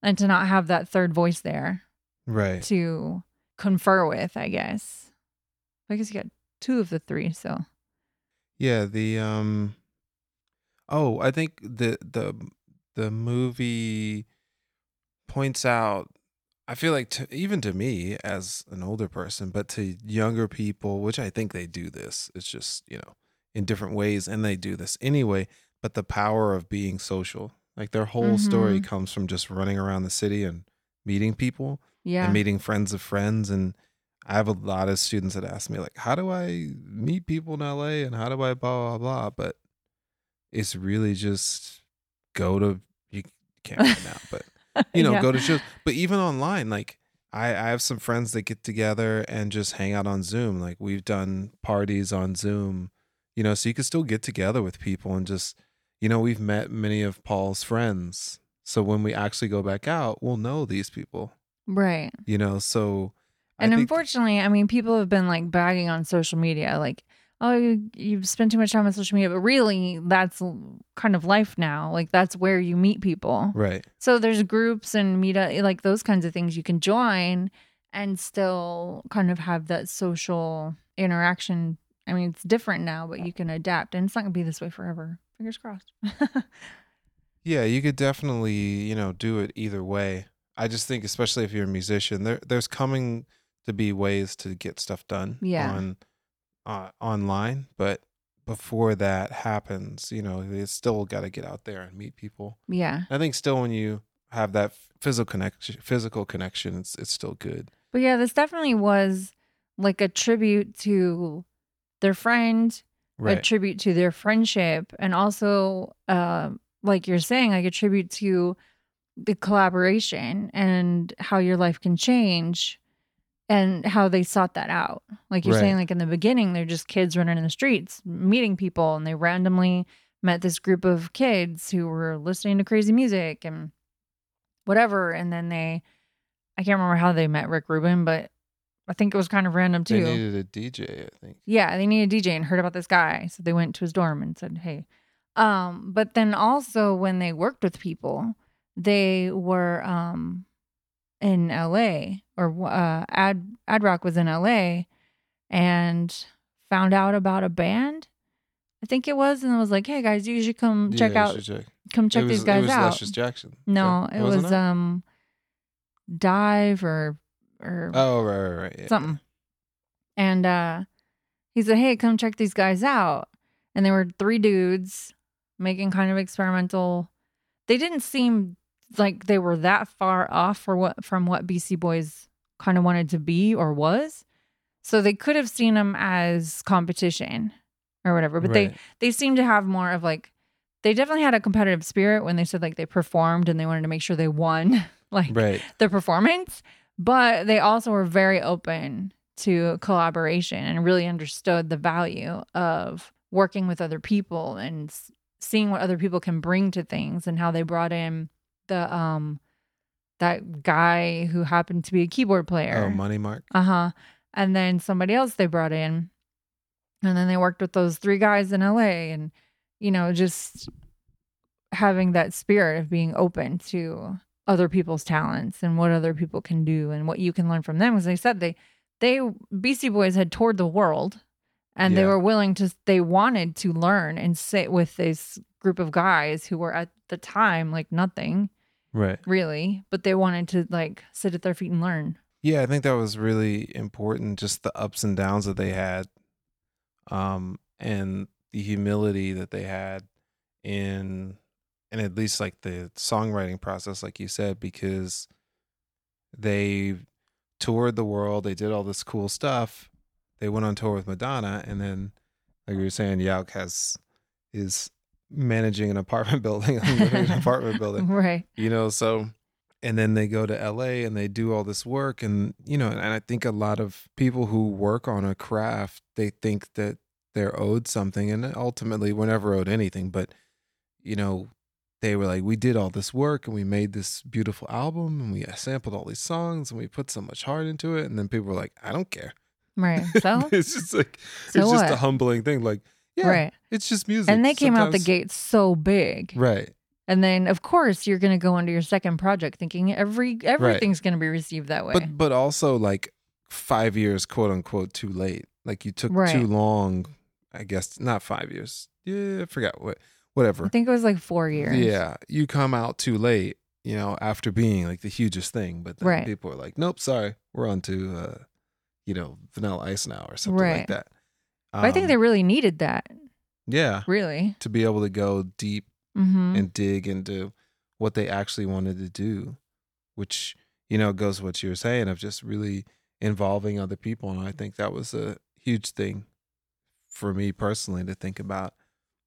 Speaker 2: and to not have that third voice there
Speaker 1: Right.
Speaker 2: to confer with, I guess. I guess you got two of the three, so
Speaker 1: Yeah, the um Oh, I think the the the movie points out I feel like to, even to me as an older person, but to younger people, which I think they do this. It's just, you know, in different ways and they do this anyway, but the power of being social. Like their whole story comes from just running around the city and meeting people.
Speaker 2: yeah.
Speaker 1: and meeting friends of friends and I have a lot of students that ask me like how do I meet people in LA and how do I blah blah blah but it's really just go to you can't right now but you know
Speaker 2: Yeah.
Speaker 1: go to shows but even online like I, I have some friends that get together and just hang out on Zoom like we've done parties on Zoom you know so you can still get together with people and just you know we've met many of Paul's friends so when we actually go back out we'll know these people
Speaker 2: Right.
Speaker 1: you know so I
Speaker 2: And
Speaker 1: think-
Speaker 2: unfortunately, I mean, people have been like bagging on social media, like, oh, you, you spend too much time on social media. But really, that's l- kind of life now. Like, that's where you meet people.
Speaker 1: right
Speaker 2: So there's groups and meet uh, like those kinds of things you can join and still kind of have that social interaction. I mean, it's different now, but you can adapt. And it's not going to be this way forever. Fingers crossed.
Speaker 1: yeah you could definitely you know do it either way i just think especially if you're a musician there there's coming to be ways to get stuff done
Speaker 2: Yeah.
Speaker 1: on uh, online but before that happens you know it's still got to get out there and meet people
Speaker 2: yeah.
Speaker 1: i think still when you have that physical connection physical connection it's it's still good
Speaker 2: But yeah, this definitely was like a tribute to their friend a tribute to their friendship and also um, like you're saying like a tribute to the collaboration and how your life can change and how they sought that out like you're
Speaker 1: Right.
Speaker 2: saying like in the beginning they're just kids running in the streets meeting people and they randomly met this group of kids who were listening to crazy music and whatever and then they i can't remember how they met rick rubin but i think it was kind of random too
Speaker 1: they needed a dj i think
Speaker 2: yeah, they needed a DJ and heard about this guy. So they went to his dorm and said, hey. Um, but then also when they worked with people, they were um, in LA or uh, Ad, Ad Rock was in LA and found out about a band. I think it was, and it was like, hey guys, you should come check
Speaker 1: Yeah, you
Speaker 2: out,
Speaker 1: should check,
Speaker 2: come check
Speaker 1: It
Speaker 2: these
Speaker 1: was-
Speaker 2: guys
Speaker 1: it was
Speaker 2: out.
Speaker 1: Luscious jackson
Speaker 2: no,
Speaker 1: right?
Speaker 2: it
Speaker 1: Wasn't
Speaker 2: was um, Dive or or
Speaker 1: oh right right right yeah.
Speaker 2: something. And uh, he said, Hey, come check these guys out. And they were three dudes making kind of experimental. They didn't seem like they were that far off for what from what BC Boys kind of wanted to be or was. So they could have seen them as competition or whatever. But they
Speaker 1: Right.
Speaker 2: they seem to have more of like they definitely had a competitive spirit when they said like they performed and they wanted to make sure they won. like
Speaker 1: right
Speaker 2: the performance, but they also were very open to collaboration and really understood the value of working with other people and s- seeing what other people can bring to things and how they brought in the um that guy who happened to be a keyboard player.
Speaker 1: oh money mark
Speaker 2: Uh huh. And then somebody else they brought in. And then they worked with those three guys in LA and, you know, just having that spirit of being open to other people's talents and what other people can do and what you can learn from them. Because they said they, they, BC Boys had toured the world and they
Speaker 1: Yeah.
Speaker 2: were willing to, they wanted to learn and sit with this group of guys who were at the time like nothing
Speaker 1: right
Speaker 2: really, but they wanted to like sit at their feet and learn.
Speaker 1: Yeah, I think that was really important. Just the ups and downs that they had, um, and the humility that they had in, and at least like the songwriting process, like you said, because they toured the world, they did all this cool stuff. They went on tour with Madonna, and then, like we were saying, Yauk has is managing an apartment building, living in an apartment building
Speaker 2: Right.
Speaker 1: you know so and then they go to la and they do all this work and you know and i think a lot of people who work on a craft they think that they're owed something and ultimately we're never owed anything but you know they were like we did all this work and we made this beautiful album and we uh, sampled all these songs and we put so much heart into it and then people were like i don't care
Speaker 2: Right. So,
Speaker 1: it's just like
Speaker 2: Oh. So
Speaker 1: it's just a
Speaker 2: what?
Speaker 1: humbling thing like yeah
Speaker 2: right.
Speaker 1: it's just music
Speaker 2: And they came out the
Speaker 1: Sometimes-
Speaker 2: gate so big.
Speaker 1: right
Speaker 2: And then of course you're gonna go into your second project thinking every everything's gonna be received that way.
Speaker 1: But but also like five years, quote unquote, too late. Like you took
Speaker 2: Right.
Speaker 1: too long. I guess not five years. Yeah, I forgot what.
Speaker 2: I
Speaker 1: Whatever.
Speaker 2: think it was like four years.
Speaker 1: Yeah, you come out too late. You know, after being like the hugest thing, but then
Speaker 2: Right.
Speaker 1: people are like, "Nope, sorry, we're on to uh, you know Vanilla Ice now or something like
Speaker 2: Right.
Speaker 1: that."
Speaker 2: But I think
Speaker 1: Um,
Speaker 2: they really needed that.
Speaker 1: yeah
Speaker 2: Really.
Speaker 1: to be able to go deep
Speaker 2: Mm-hmm.
Speaker 1: and dig into what they actually wanted to do, which you know goes what you were saying of just really involving other people, and I think that was a huge thing for me personally to think about.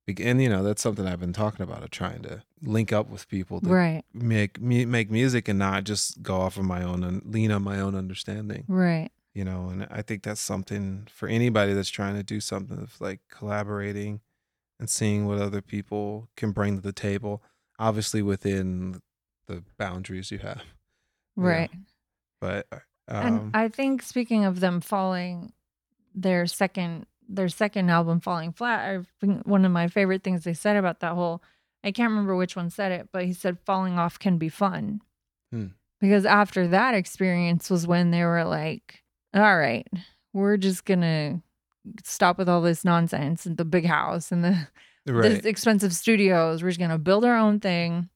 Speaker 1: Bec- And you know that's something I've been talking about of trying to link up with people to
Speaker 2: right.
Speaker 1: make me make music and not just go off of my own and lean on my own understanding
Speaker 2: Right.
Speaker 1: you know and i think that's something for anybody that's trying to do something of like collaborating and seeing what other people can bring to the table obviously within the boundaries you have Yeah.
Speaker 2: Right.
Speaker 1: but um
Speaker 2: and I think speaking of them falling their second their second album falling flat, I think one of my favorite things they said about that whole I can't remember which one said it, but he said falling off can be fun.
Speaker 1: Hmm.
Speaker 2: Because after that experience was when they were like, All right, we're just gonna stop with all this nonsense and the big house and the
Speaker 1: right
Speaker 2: this expensive studios. We're just gonna build our own thing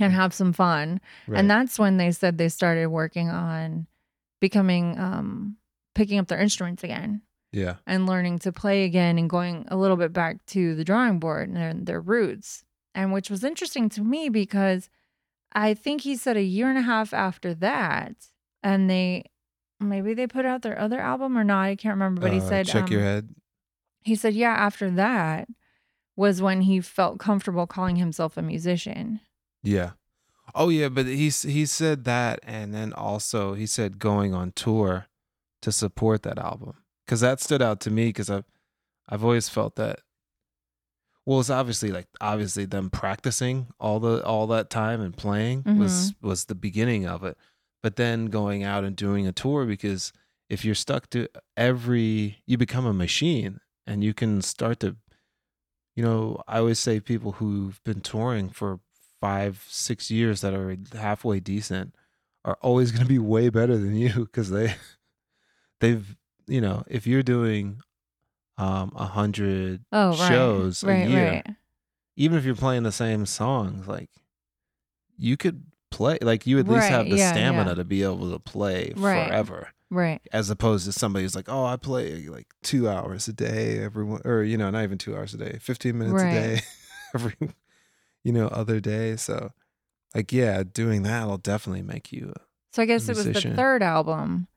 Speaker 2: and
Speaker 1: Hmm.
Speaker 2: have some fun.
Speaker 1: right
Speaker 2: And that's when they said they started working on becoming, um, picking up their instruments again
Speaker 1: yeah
Speaker 2: and learning to play again and going a little bit back to the drawing board and their, their roots. And which was interesting to me because I think he said a year and a half after that, and they maybe they put out their other album or not. I can't remember, but he
Speaker 1: Uh,
Speaker 2: said,
Speaker 1: check your
Speaker 2: um,
Speaker 1: head
Speaker 2: he said, yeah, after that was when he felt comfortable calling himself a musician.
Speaker 1: yeah oh yeah but he s- he said that and then also he said going on tour to support that album because that stood out to me because i've i've always felt that well it's obviously like obviously them practicing all the all that time and playing was was the beginning of it but then going out and doing a tour because if you're stuck to every you become a machine and you can start to you know i always say people who've been touring for five six years that are halfway decent are always going to be way better than you because they they've you know if you're doing um a hundred
Speaker 2: Oh, right.
Speaker 1: Shows a
Speaker 2: Right,
Speaker 1: year.
Speaker 2: right.
Speaker 1: even if you're playing the same songs, like you could play, like you at least
Speaker 2: Right,
Speaker 1: have the
Speaker 2: yeah,
Speaker 1: stamina
Speaker 2: yeah.
Speaker 1: to be able to play
Speaker 2: Right.
Speaker 1: forever,
Speaker 2: Right.
Speaker 1: as opposed to somebody who's like, oh, I play like two hours a day, everyone, or you know, not even two hours a day, fifteen minutes
Speaker 2: Right.
Speaker 1: a day, every, you know, other day. So, like, yeah, doing that'll definitely make you.
Speaker 2: So I guess it was the
Speaker 1: musician.
Speaker 2: third album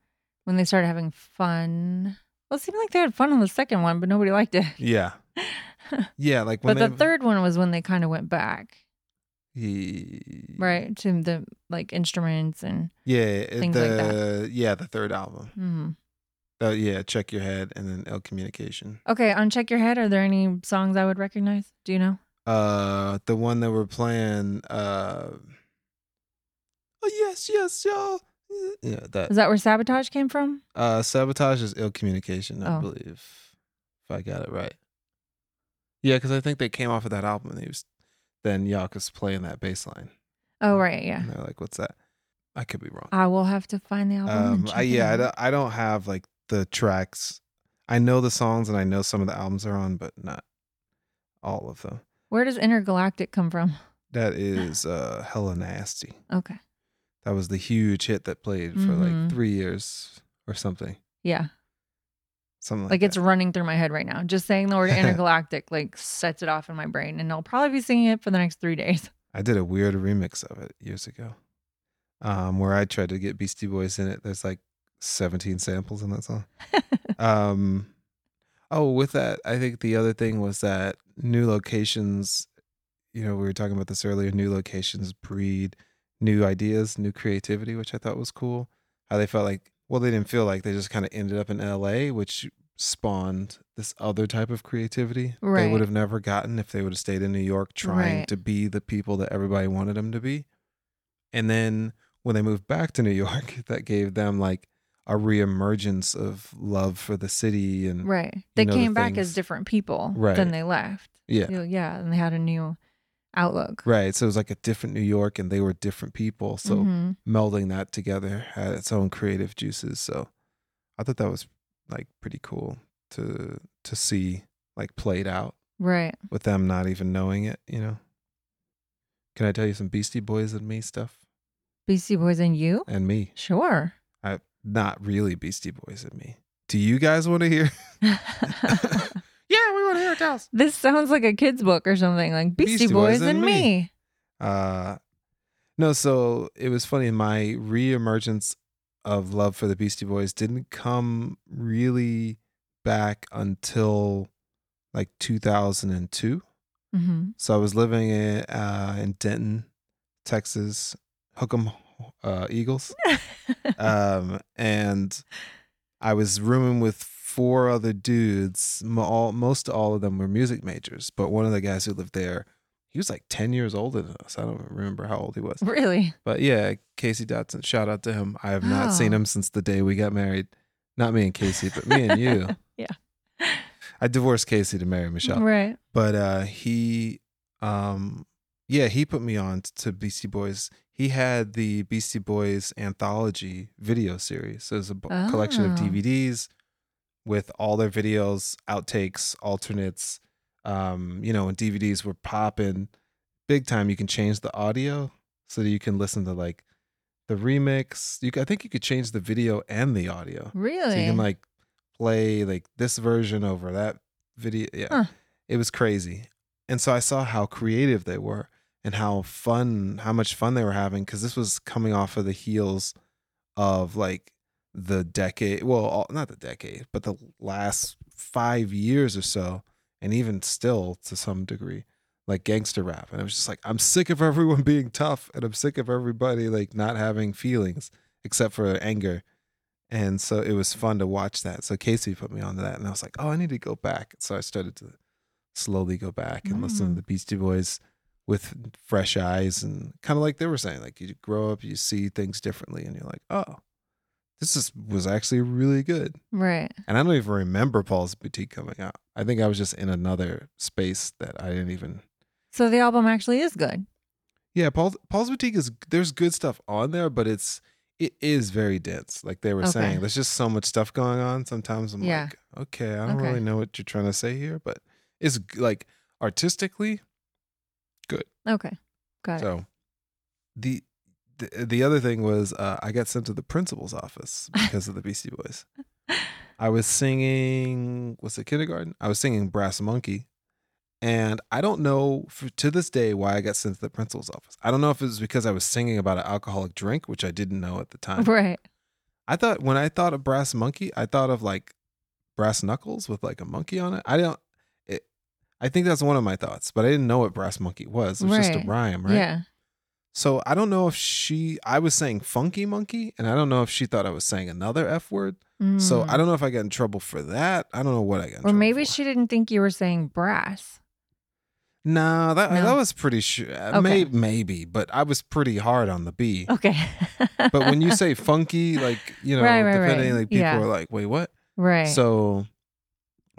Speaker 2: when they started having fun. Well, it seemed like they had fun on the second one, but nobody liked it.
Speaker 1: Yeah, yeah, like when
Speaker 2: but the
Speaker 1: they,
Speaker 2: third one was when they kind of went back,
Speaker 1: Ye-
Speaker 2: right, to the like instruments and
Speaker 1: Yeah, it-
Speaker 2: Things
Speaker 1: the
Speaker 2: like that.
Speaker 1: yeah the third album.
Speaker 2: hmm.
Speaker 1: Uh, yeah, check your head and then L communication.
Speaker 2: okay. On check your head. Are there any songs I would recognize? Do you know?
Speaker 1: uh the one that we're playing uh oh yes yes y'all yeah that
Speaker 2: Is that where sabotage came from?
Speaker 1: uh sabotage is ill communication i
Speaker 2: Oh.
Speaker 1: believe if i got it right yeah because i think they came off of that album and he was then Yacht was playing that bass line
Speaker 2: Oh,
Speaker 1: Mm,
Speaker 2: right. Yeah.
Speaker 1: and they're like what's that i could be wrong
Speaker 2: I will have to find the album. and
Speaker 1: um
Speaker 2: check
Speaker 1: I,
Speaker 2: it
Speaker 1: yeah I
Speaker 2: out.
Speaker 1: don't, I don't have like the tracks i know the songs and i know some of the albums are on but not all of them
Speaker 2: Where does intergalactic come from?
Speaker 1: that is uh hella nasty
Speaker 2: Okay.
Speaker 1: That was the huge hit that played for
Speaker 2: Mhm.
Speaker 1: like three years or something.
Speaker 2: Yeah.
Speaker 1: Something like,
Speaker 2: Like it's
Speaker 1: that.
Speaker 2: running through my head right now. Just saying the word intergalactic like sets it off in my brain, and I'll probably be singing it for the next three days.
Speaker 1: I did a weird remix of it years ago, um, where I tried to get Beastie Boys in it. There's like 17 samples in that song. um, oh, with that, I think the other thing was that new locations. You know, we were talking about this earlier. New locations breed new ideas, new creativity, which I thought was cool. How they felt like, well, they didn't feel like they just kind of ended up in LA, which spawned this other type of creativity they
Speaker 2: Right.
Speaker 1: would have never gotten if they would have stayed in New York trying
Speaker 2: Right.
Speaker 1: to be the people that everybody wanted them to be. And then when they moved back to New York, that gave them like a reemergence of love for the city and
Speaker 2: Right. They
Speaker 1: know, the
Speaker 2: came back
Speaker 1: things-
Speaker 2: as different people
Speaker 1: Right.
Speaker 2: than they left.
Speaker 1: yeah,
Speaker 2: You know, Yeah. And they had a new outlook.
Speaker 1: Right. So it was like a different New York and they were different people. So
Speaker 2: Mhm.
Speaker 1: melding that together had its own creative juices. So I thought that was like pretty cool to to see like played out
Speaker 2: right.
Speaker 1: with them not even knowing it, you know. Can I tell you some Beastie Boys and me stuff?
Speaker 2: Beastie Boys and you?
Speaker 1: And me.
Speaker 2: Sure.
Speaker 1: I not really Beastie Boys and me. Do you guys want to hear? yeah, we want to hear it, Dallas.
Speaker 2: this sounds like a kid's book or something, like Beastie,
Speaker 1: Beastie
Speaker 2: Boys, and me.
Speaker 1: Uh no, so it was funny. My reemergence of love for the Beastie Boys didn't come really back until like 2002.
Speaker 2: Mhm.
Speaker 1: So I was living in, uh, in Denton, Texas, Hook'em uh, Eagles, um, and I was rooming with four other dudes. Mo- all, most all of them were music majors, but one of the guys who lived there, he was like ten years older than us. I don't remember how old he was,
Speaker 2: really?
Speaker 1: but yeah, Casey Dotson. Shout out to him. I have not seen
Speaker 2: Oh.
Speaker 1: him since the day we got married. Not me and Casey, but me and you.
Speaker 2: Yeah.
Speaker 1: I divorced Casey to marry Michelle
Speaker 2: Right.
Speaker 1: but uh he um yeah he put me on t- to beastie boys he had the beastie boys anthology video series so it's a b- collection of
Speaker 2: Oh.
Speaker 1: dvds with all their videos outtakes alternates um you know when dvds were popping big time you can change the audio so that you can listen to like the remix you c- i think you could change the video and the audio
Speaker 2: Really?
Speaker 1: so you can like play like this version over that video. Yeah.
Speaker 2: Huh.
Speaker 1: It was crazy. And so I saw how creative they were and how fun, how much fun they were having because this was coming off of the heels of like the decade. Well, all, not the decade, but the last five years or so. And even still to some degree, like gangster rap. And I was just like, I'm sick of everyone being tough and I'm sick of everybody like not having feelings except for anger. And so it was fun to watch that. So Casey put me onto that, and I was like, oh, I need to go back. So I started to slowly go back and listen to
Speaker 2: Mm.
Speaker 1: the Beastie Boys with fresh eyes and kind of like they were saying, like you grow up, you see things differently, and you're like, oh, this is, was actually really good.
Speaker 2: right.
Speaker 1: And I don't even remember Paul's Boutique coming out. I think I was just in another space that I didn't even.
Speaker 2: So the album actually is good.
Speaker 1: Yeah, Paul, Paul's Boutique is there's good stuff on there, but it's it is very dense. Like they were
Speaker 2: Okay.
Speaker 1: saying, there's just so much stuff going on. Sometimes I'm
Speaker 2: Yeah.
Speaker 1: like, okay, I don't
Speaker 2: Okay.
Speaker 1: really know what you're trying to say here, but it's g- like artistically.
Speaker 2: Okay. Got it.
Speaker 1: So the, the the other thing was uh, I got sent to the principal's office because of the Beastie Boys. I was singing was it kindergarten? I was singing Brass Monkey. And I don't know for, to this day why I got sent to the principal's office. I don't know if it was because I was singing about an alcoholic drink, which I didn't know at the time.
Speaker 2: Right.
Speaker 1: I thought when I thought of brass monkey, I thought of like brass knuckles with like a monkey on it. I don't. It, I think that's one of my thoughts, but I didn't know what brass monkey was. It was just a
Speaker 2: Right.
Speaker 1: rhyme, right?
Speaker 2: Yeah.
Speaker 1: So I don't know if she. I was saying funky monkey, and I don't know if she thought I was saying another f word. So
Speaker 2: Mm.
Speaker 1: I don't know if I got in trouble for that. I don't know what I got. In
Speaker 2: Or
Speaker 1: trouble
Speaker 2: maybe
Speaker 1: for.
Speaker 2: she didn't think you were saying brass.
Speaker 1: No, that
Speaker 2: No?
Speaker 1: that was pretty sure. May, maybe, but I was pretty hard on the B.
Speaker 2: Okay.
Speaker 1: But when you say funky, like you know,
Speaker 2: Right, right,
Speaker 1: depending,
Speaker 2: right.
Speaker 1: like people
Speaker 2: Yeah.
Speaker 1: are like, "Wait, what?"
Speaker 2: right.
Speaker 1: So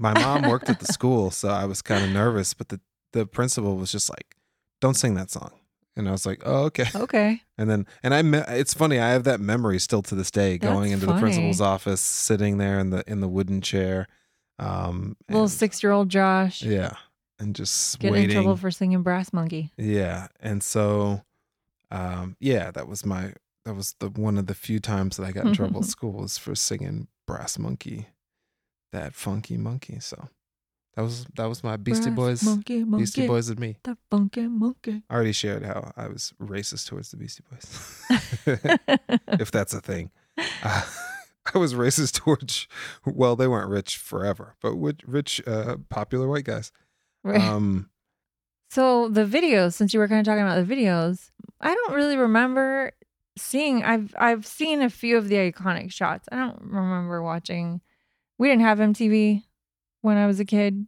Speaker 1: my mom worked at the school, so I was kind of nervous, but the, the principal was just like, Don't sing that song. And I was like, Oh, okay.
Speaker 2: okay.
Speaker 1: And then and I me- it's funny, I have that memory still to this day,
Speaker 2: That's
Speaker 1: going into the
Speaker 2: funny.
Speaker 1: principal's office, sitting there in the in the wooden chair. Um
Speaker 2: Little
Speaker 1: and-
Speaker 2: six year old Josh
Speaker 1: Yeah. And just
Speaker 2: getting in
Speaker 1: waiting.
Speaker 2: trouble for singing Brass Monkey.
Speaker 1: Yeah. And so um yeah, that was my that was the one of the few times that I got in trouble at school was for singing Brass Monkey, that funky monkey. So that was that was my Beastie
Speaker 2: Brass
Speaker 1: Boys
Speaker 2: Monkey, monkey.
Speaker 1: Beastie Boys and me.
Speaker 2: The funky monkey.
Speaker 1: I already shared how I was racist towards the Beastie Boys. if that's a thing. Uh, I was racist towards well, they weren't rich forever, but wi- rich uh popular white guys.
Speaker 2: right.
Speaker 1: Um
Speaker 2: So the videos, since you were kind of talking about the videos, I don't really remember seeing. I've I've seen a few of the iconic shots. I don't remember watching. We didn't have MTV when I was a kid,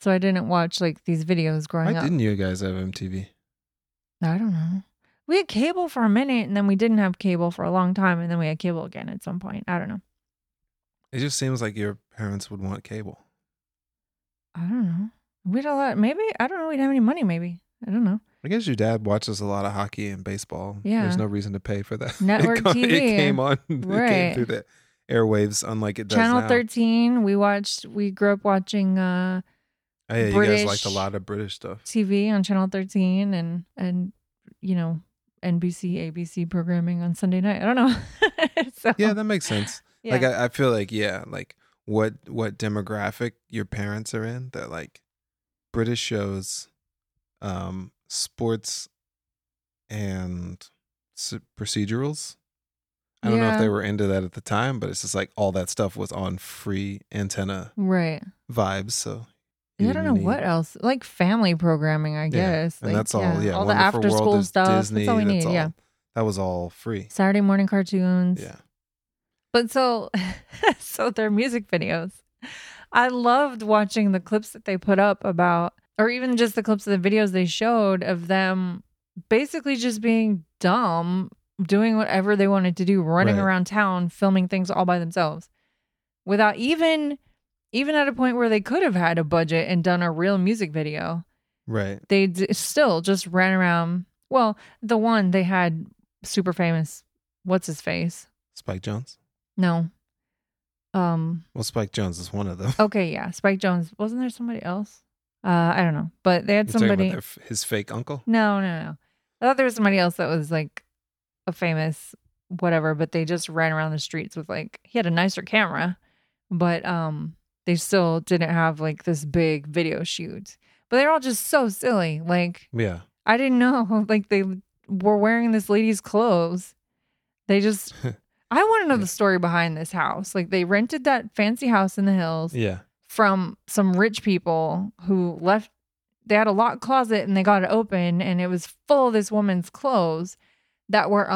Speaker 2: so I didn't watch like these videos
Speaker 1: why
Speaker 2: growing up.
Speaker 1: didn't you guys have MTV?
Speaker 2: I don't know. We had cable for a minute, and then we didn't have cable for a long time, and then we had cable again at some point. I don't know.
Speaker 1: It just seems like your parents would want cable.
Speaker 2: I don't know. We had a lot. Maybe I don't know. We didn't have any money. Maybe I don't know.
Speaker 1: I guess your dad watches a lot of hockey and baseball.
Speaker 2: Yeah.
Speaker 1: There's no reason to pay for that.
Speaker 2: Network
Speaker 1: it, come- it
Speaker 2: TV.
Speaker 1: came on. It
Speaker 2: Right.
Speaker 1: came through the airwaves, unlike it does
Speaker 2: Channel
Speaker 1: now.
Speaker 2: 13, we watched, we grew up watching uh,
Speaker 1: Oh, yeah, you guys liked a
Speaker 2: British-
Speaker 1: lot of British stuff.
Speaker 2: TV on Channel 13 and, and you know, NBC, ABC programming on Sunday night. I don't know. so,
Speaker 1: Yeah, that makes sense.
Speaker 2: yeah.
Speaker 1: Like I, I feel like yeah, like what what demographic your parents are in that like British shows, um, sports, and s- procedurals. I don't know
Speaker 2: Yeah.
Speaker 1: if they were into that at the time, but it's just like all that stuff was on free antenna
Speaker 2: right.
Speaker 1: vibes. So you
Speaker 2: I don't know
Speaker 1: didn't need-
Speaker 2: what else. Like family programming, I guess.
Speaker 1: and
Speaker 2: like,
Speaker 1: that's all. Yeah,
Speaker 2: all the
Speaker 1: Wonderful
Speaker 2: after
Speaker 1: World
Speaker 2: school
Speaker 1: is
Speaker 2: stuff.
Speaker 1: Disney,
Speaker 2: that's all we
Speaker 1: that's
Speaker 2: need. Yeah.
Speaker 1: all- that was all free.
Speaker 2: Saturday morning cartoons.
Speaker 1: Yeah,
Speaker 2: But so, so their music videos. I loved watching the clips that they put up about, or even just the clips of the videos they showed of them basically just being dumb, doing whatever they wanted to do, running
Speaker 1: Right.
Speaker 2: around town, filming things all by themselves without even, even at a point where they could have had a budget and done a real music video
Speaker 1: right.
Speaker 2: they d- still just ran around. Well, the one they had super famous. What's his face?
Speaker 1: Spike Jones.
Speaker 2: No. Um.
Speaker 1: Well, Spike Jones is one of them.
Speaker 2: Okay. Yeah. Spike Jones. Wasn't there somebody else? Uh. I don't know. But they had
Speaker 1: You're talking about
Speaker 2: somebody.
Speaker 1: their f- his fake uncle.
Speaker 2: No. No. No. I thought there was somebody else that was like a famous whatever, but they just ran around the streets with like he had a nicer camera, but um they still didn't have like this big video shoot. But they're all just so silly. Like
Speaker 1: Yeah.
Speaker 2: I didn't know. Like they were wearing this lady's clothes. They just I want to know
Speaker 1: Yeah.
Speaker 2: the story behind this house. Like they rented that fancy house in the hills
Speaker 1: Yeah.
Speaker 2: from some rich people who left they had a locked closet and they got it open and it was full of this woman's clothes that were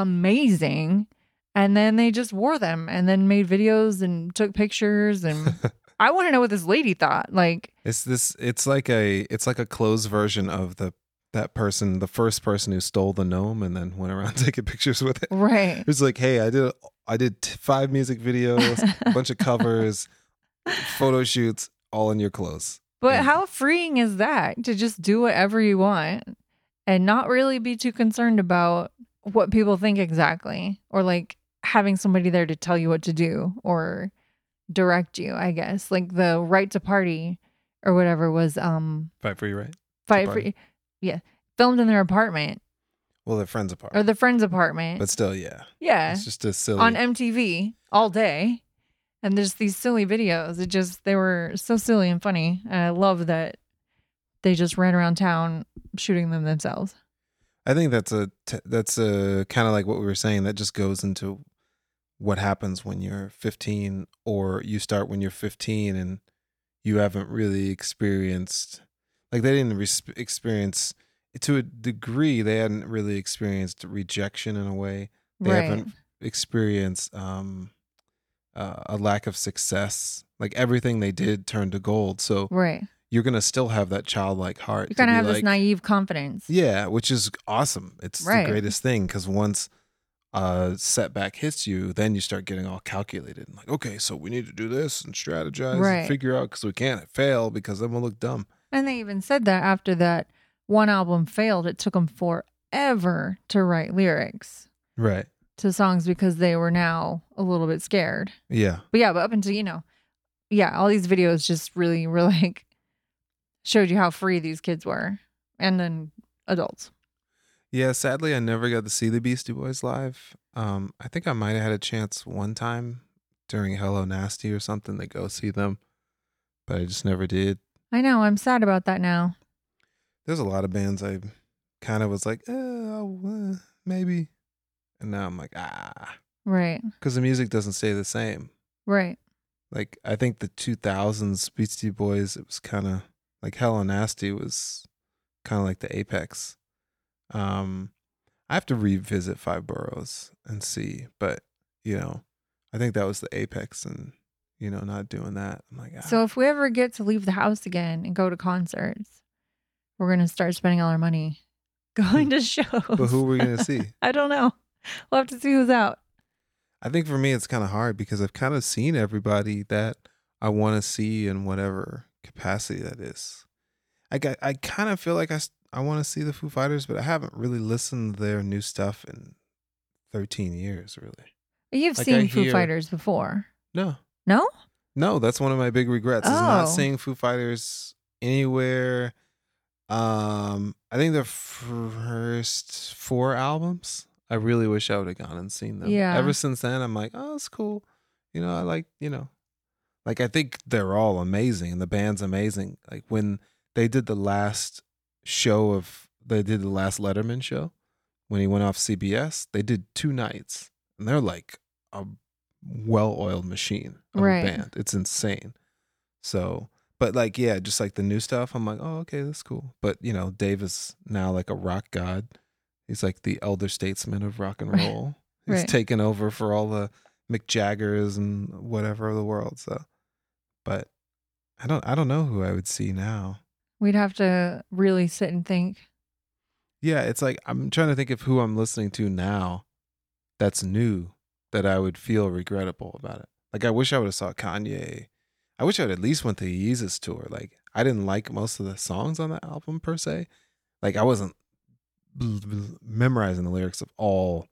Speaker 2: amazing. And then they just wore them and then made videos and took pictures and I want to know what this lady thought. Like
Speaker 1: It's this. It's like a. It's like a closed version of the that person, the first person who stole the gnome and then went around taking pictures with it.
Speaker 2: right.
Speaker 1: It's like, hey, I did. I did t- five music videos, a bunch of covers, photo shoots, all in your clothes.
Speaker 2: But
Speaker 1: Yeah.
Speaker 2: how freeing is that to just do whatever you want and not really be too concerned about what people think exactly or like having somebody there to tell you what to do or direct you, I guess. Like the right to party or whatever was um
Speaker 1: Fight for your right.
Speaker 2: fight for
Speaker 1: Party.
Speaker 2: yeah, filmed in their apartment
Speaker 1: Well, they're friends apart,
Speaker 2: or the friend's apartment.
Speaker 1: but still, yeah,
Speaker 2: yeah.
Speaker 1: it's just a silly.
Speaker 2: On MTV all day. And there's these silly videos. It just they were so silly and funny. And I love that they just ran around town shooting them themselves.
Speaker 1: I think that's a t- that's a kind of like what we were saying. That just goes into what happens when you're 15, or you start when you're 15 and you haven't really experienced. Like they didn't res- experience to a degree. They hadn't really experienced rejection in a way. They haven't experienced um, uh, a lack of success. Like everything they did turned to gold. So
Speaker 2: Right.
Speaker 1: you're gonna still have that childlike heart.
Speaker 2: You
Speaker 1: to
Speaker 2: kind
Speaker 1: be
Speaker 2: of Mm. have this
Speaker 1: like,
Speaker 2: naive confidence.
Speaker 1: yeah, which is awesome. It's
Speaker 2: Right.
Speaker 1: the greatest thing because once a setback hits you, then you start getting all calculated and like, okay, so we need to do this and strategize
Speaker 2: Right.
Speaker 1: and figure out because we can't fail because then we'll look dumb.
Speaker 2: And they even said that after that one album failed, it took them forever to write lyrics
Speaker 1: Right.
Speaker 2: to songs because they were now a little bit scared.
Speaker 1: Yeah.
Speaker 2: But yeah, but up until you know, yeah, all these videos just really were like showed you how free these kids were, and then adults.
Speaker 1: Yeah. Sadly, I never got to see the Beastie Boys live. Um, I think I might have had a chance one time during Hello Nasty or something to go see them, but I just never did.
Speaker 2: I know I'm sad about that now.
Speaker 1: There's a lot of bands I kind of was like, oh, uh, maybe. And now I'm like, ah.
Speaker 2: Right,
Speaker 1: because the music doesn't stay the same.
Speaker 2: right,
Speaker 1: Like I think the 2000s Beastie Boys, it was kind of like Hello Nasty was kind of like the apex. Um, I have to revisit Five Boroughs and see, but you know, I think that was the apex, and you know, not doing that, I'm like, ah,
Speaker 2: So if we ever get to leave the house again and go to concerts, we're gonna start spending all our money going to shows.
Speaker 1: but who are we gonna see?
Speaker 2: I don't know. We'll have to see who's out.
Speaker 1: I think for me, it's kind of hard because I've kind of seen everybody that I want to see in whatever capacity that is. Like, I, I kind of feel like I, s- I want to see the Foo Fighters, but I haven't really listened to their new stuff in 13 years, really.
Speaker 2: You've
Speaker 1: Like, I
Speaker 2: seen Foo
Speaker 1: hear-
Speaker 2: Fighters before.
Speaker 1: No.
Speaker 2: No?
Speaker 1: No, that's one of my big regrets. Is not
Speaker 2: Oh.
Speaker 1: seeing Foo Fighters anywhere. Um, I think their first four albums. I really wish I would have gone and seen them.
Speaker 2: Yeah.
Speaker 1: Ever since then, I'm like, oh, it's cool. You know, I like, you know, like I think they're all amazing and the band's amazing. Like when they did the last show of, they did the last Letterman show when he went off CBS. They did two nights, and they're like a well-oiled machine of
Speaker 2: Right.
Speaker 1: a band. It's insane. So, but like, yeah, just like the new stuff, I'm like, oh, okay, that's cool. But you know, Dave is now like a rock god. He's like the elder statesman of rock and
Speaker 2: Right.
Speaker 1: roll. He's
Speaker 2: Right.
Speaker 1: taken over for all the Mick Jaggers and whatever of the world. So, but I don't, I don't know who I would see now.
Speaker 2: We'd have to really sit and think.
Speaker 1: Yeah, it's like I'm trying to think of who I'm listening to now that's new that I would feel regrettable about it. Like I wish I would have saw Kanye. I wish I would at least went to the Yeezus tour. Like I didn't like most of the songs on that album per se. Like I wasn't bl- bl- memorizing the lyrics of all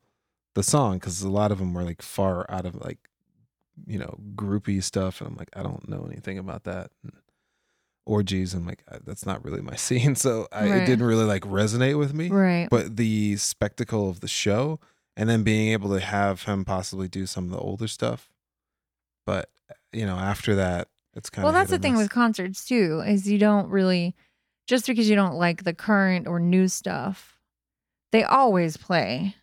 Speaker 1: the song because a lot of them were like far out of like you know groupie stuff, and I'm like I don't know anything about that. And orgies, I'm like I- that's not really my scene, so I, it
Speaker 2: Right.
Speaker 1: didn't really like resonate with me
Speaker 2: Right.
Speaker 1: but the spectacle of the show and then being able to have him possibly do some of the older stuff but you know after that it's kind
Speaker 2: Well,
Speaker 1: of
Speaker 2: that's the thing with concerts too, is you don't really just because you don't like the current or new stuff, they always play.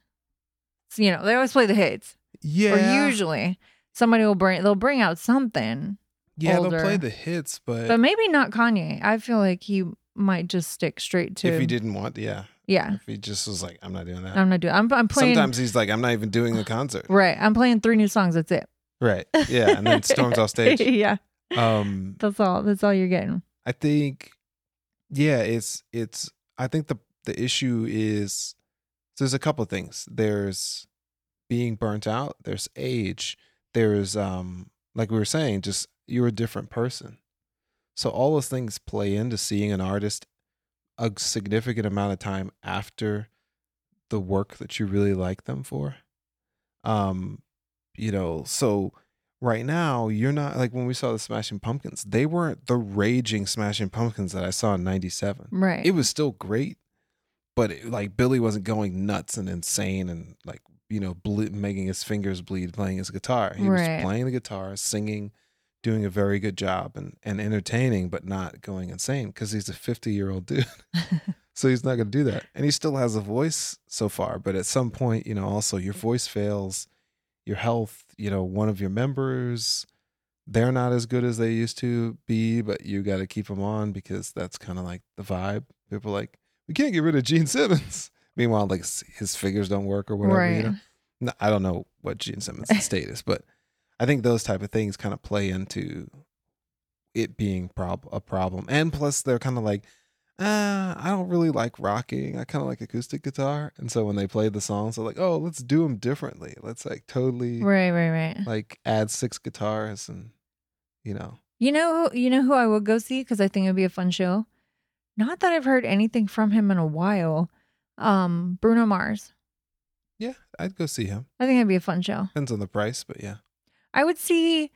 Speaker 2: So, you know, they always play the hits.
Speaker 1: yeah
Speaker 2: Or usually somebody will bring they'll bring out something.
Speaker 1: yeah they'll play
Speaker 2: older.
Speaker 1: the hits but,
Speaker 2: But maybe not Kanye. I feel like he might just stick straight to
Speaker 1: if he didn't want yeah
Speaker 2: Yeah.
Speaker 1: if he just was like i'm not doing that
Speaker 2: I'm not doing I'm I'm playing
Speaker 1: sometimes he's like i'm not even doing the concert
Speaker 2: Right. I'm playing three new songs, that's it.
Speaker 1: right yeah and then storms off stage
Speaker 2: yeah.
Speaker 1: um
Speaker 2: That's all that's all you're getting.
Speaker 1: I think yeah, it's it's I think the the issue is so there's a couple of things. There's being burnt out, there's age, there's um like we were saying, just you're a different person. So all those things play into seeing an artist a significant amount of time after the work that you really like them for. Um you know, so right now you're not like when we saw the smashing pumpkins they weren't the raging smashing pumpkins that i saw in 97
Speaker 2: Right.
Speaker 1: it was still great but it, like billy wasn't going nuts and insane and like you know ble- making his fingers bleed playing his guitar he
Speaker 2: Right.
Speaker 1: was playing the guitar singing doing a very good job and, and entertaining but not going insane because he's a 50 year old dude so he's not going to do that and he still has a voice so far but at some point you know also your voice fails your health you know one of your members they're not as good as they used to be but you got to keep them on because that's kind of like the vibe people are like we can't get rid of gene simmons meanwhile like s- his figures don't work or whatever you
Speaker 2: right.
Speaker 1: know no, I don't know what Gene Simmons' status, but I think those type of things kind of play into it being prob- a problem. And plus, they're kind of like, ah, I don't really like rocking. I kind of like acoustic guitar. And so when they play the songs, they're like, oh, let's do them differently. Let's like totally
Speaker 2: Right, right, right.
Speaker 1: like add six guitars and you know.
Speaker 2: You know, you know who I would go see because I think it'd be a fun show. Not that I've heard anything from him in a while. Um, Bruno Mars.
Speaker 1: Yeah, I'd go see him.
Speaker 2: I think it'd be a fun show.
Speaker 1: Depends on the price, but yeah.
Speaker 2: I would see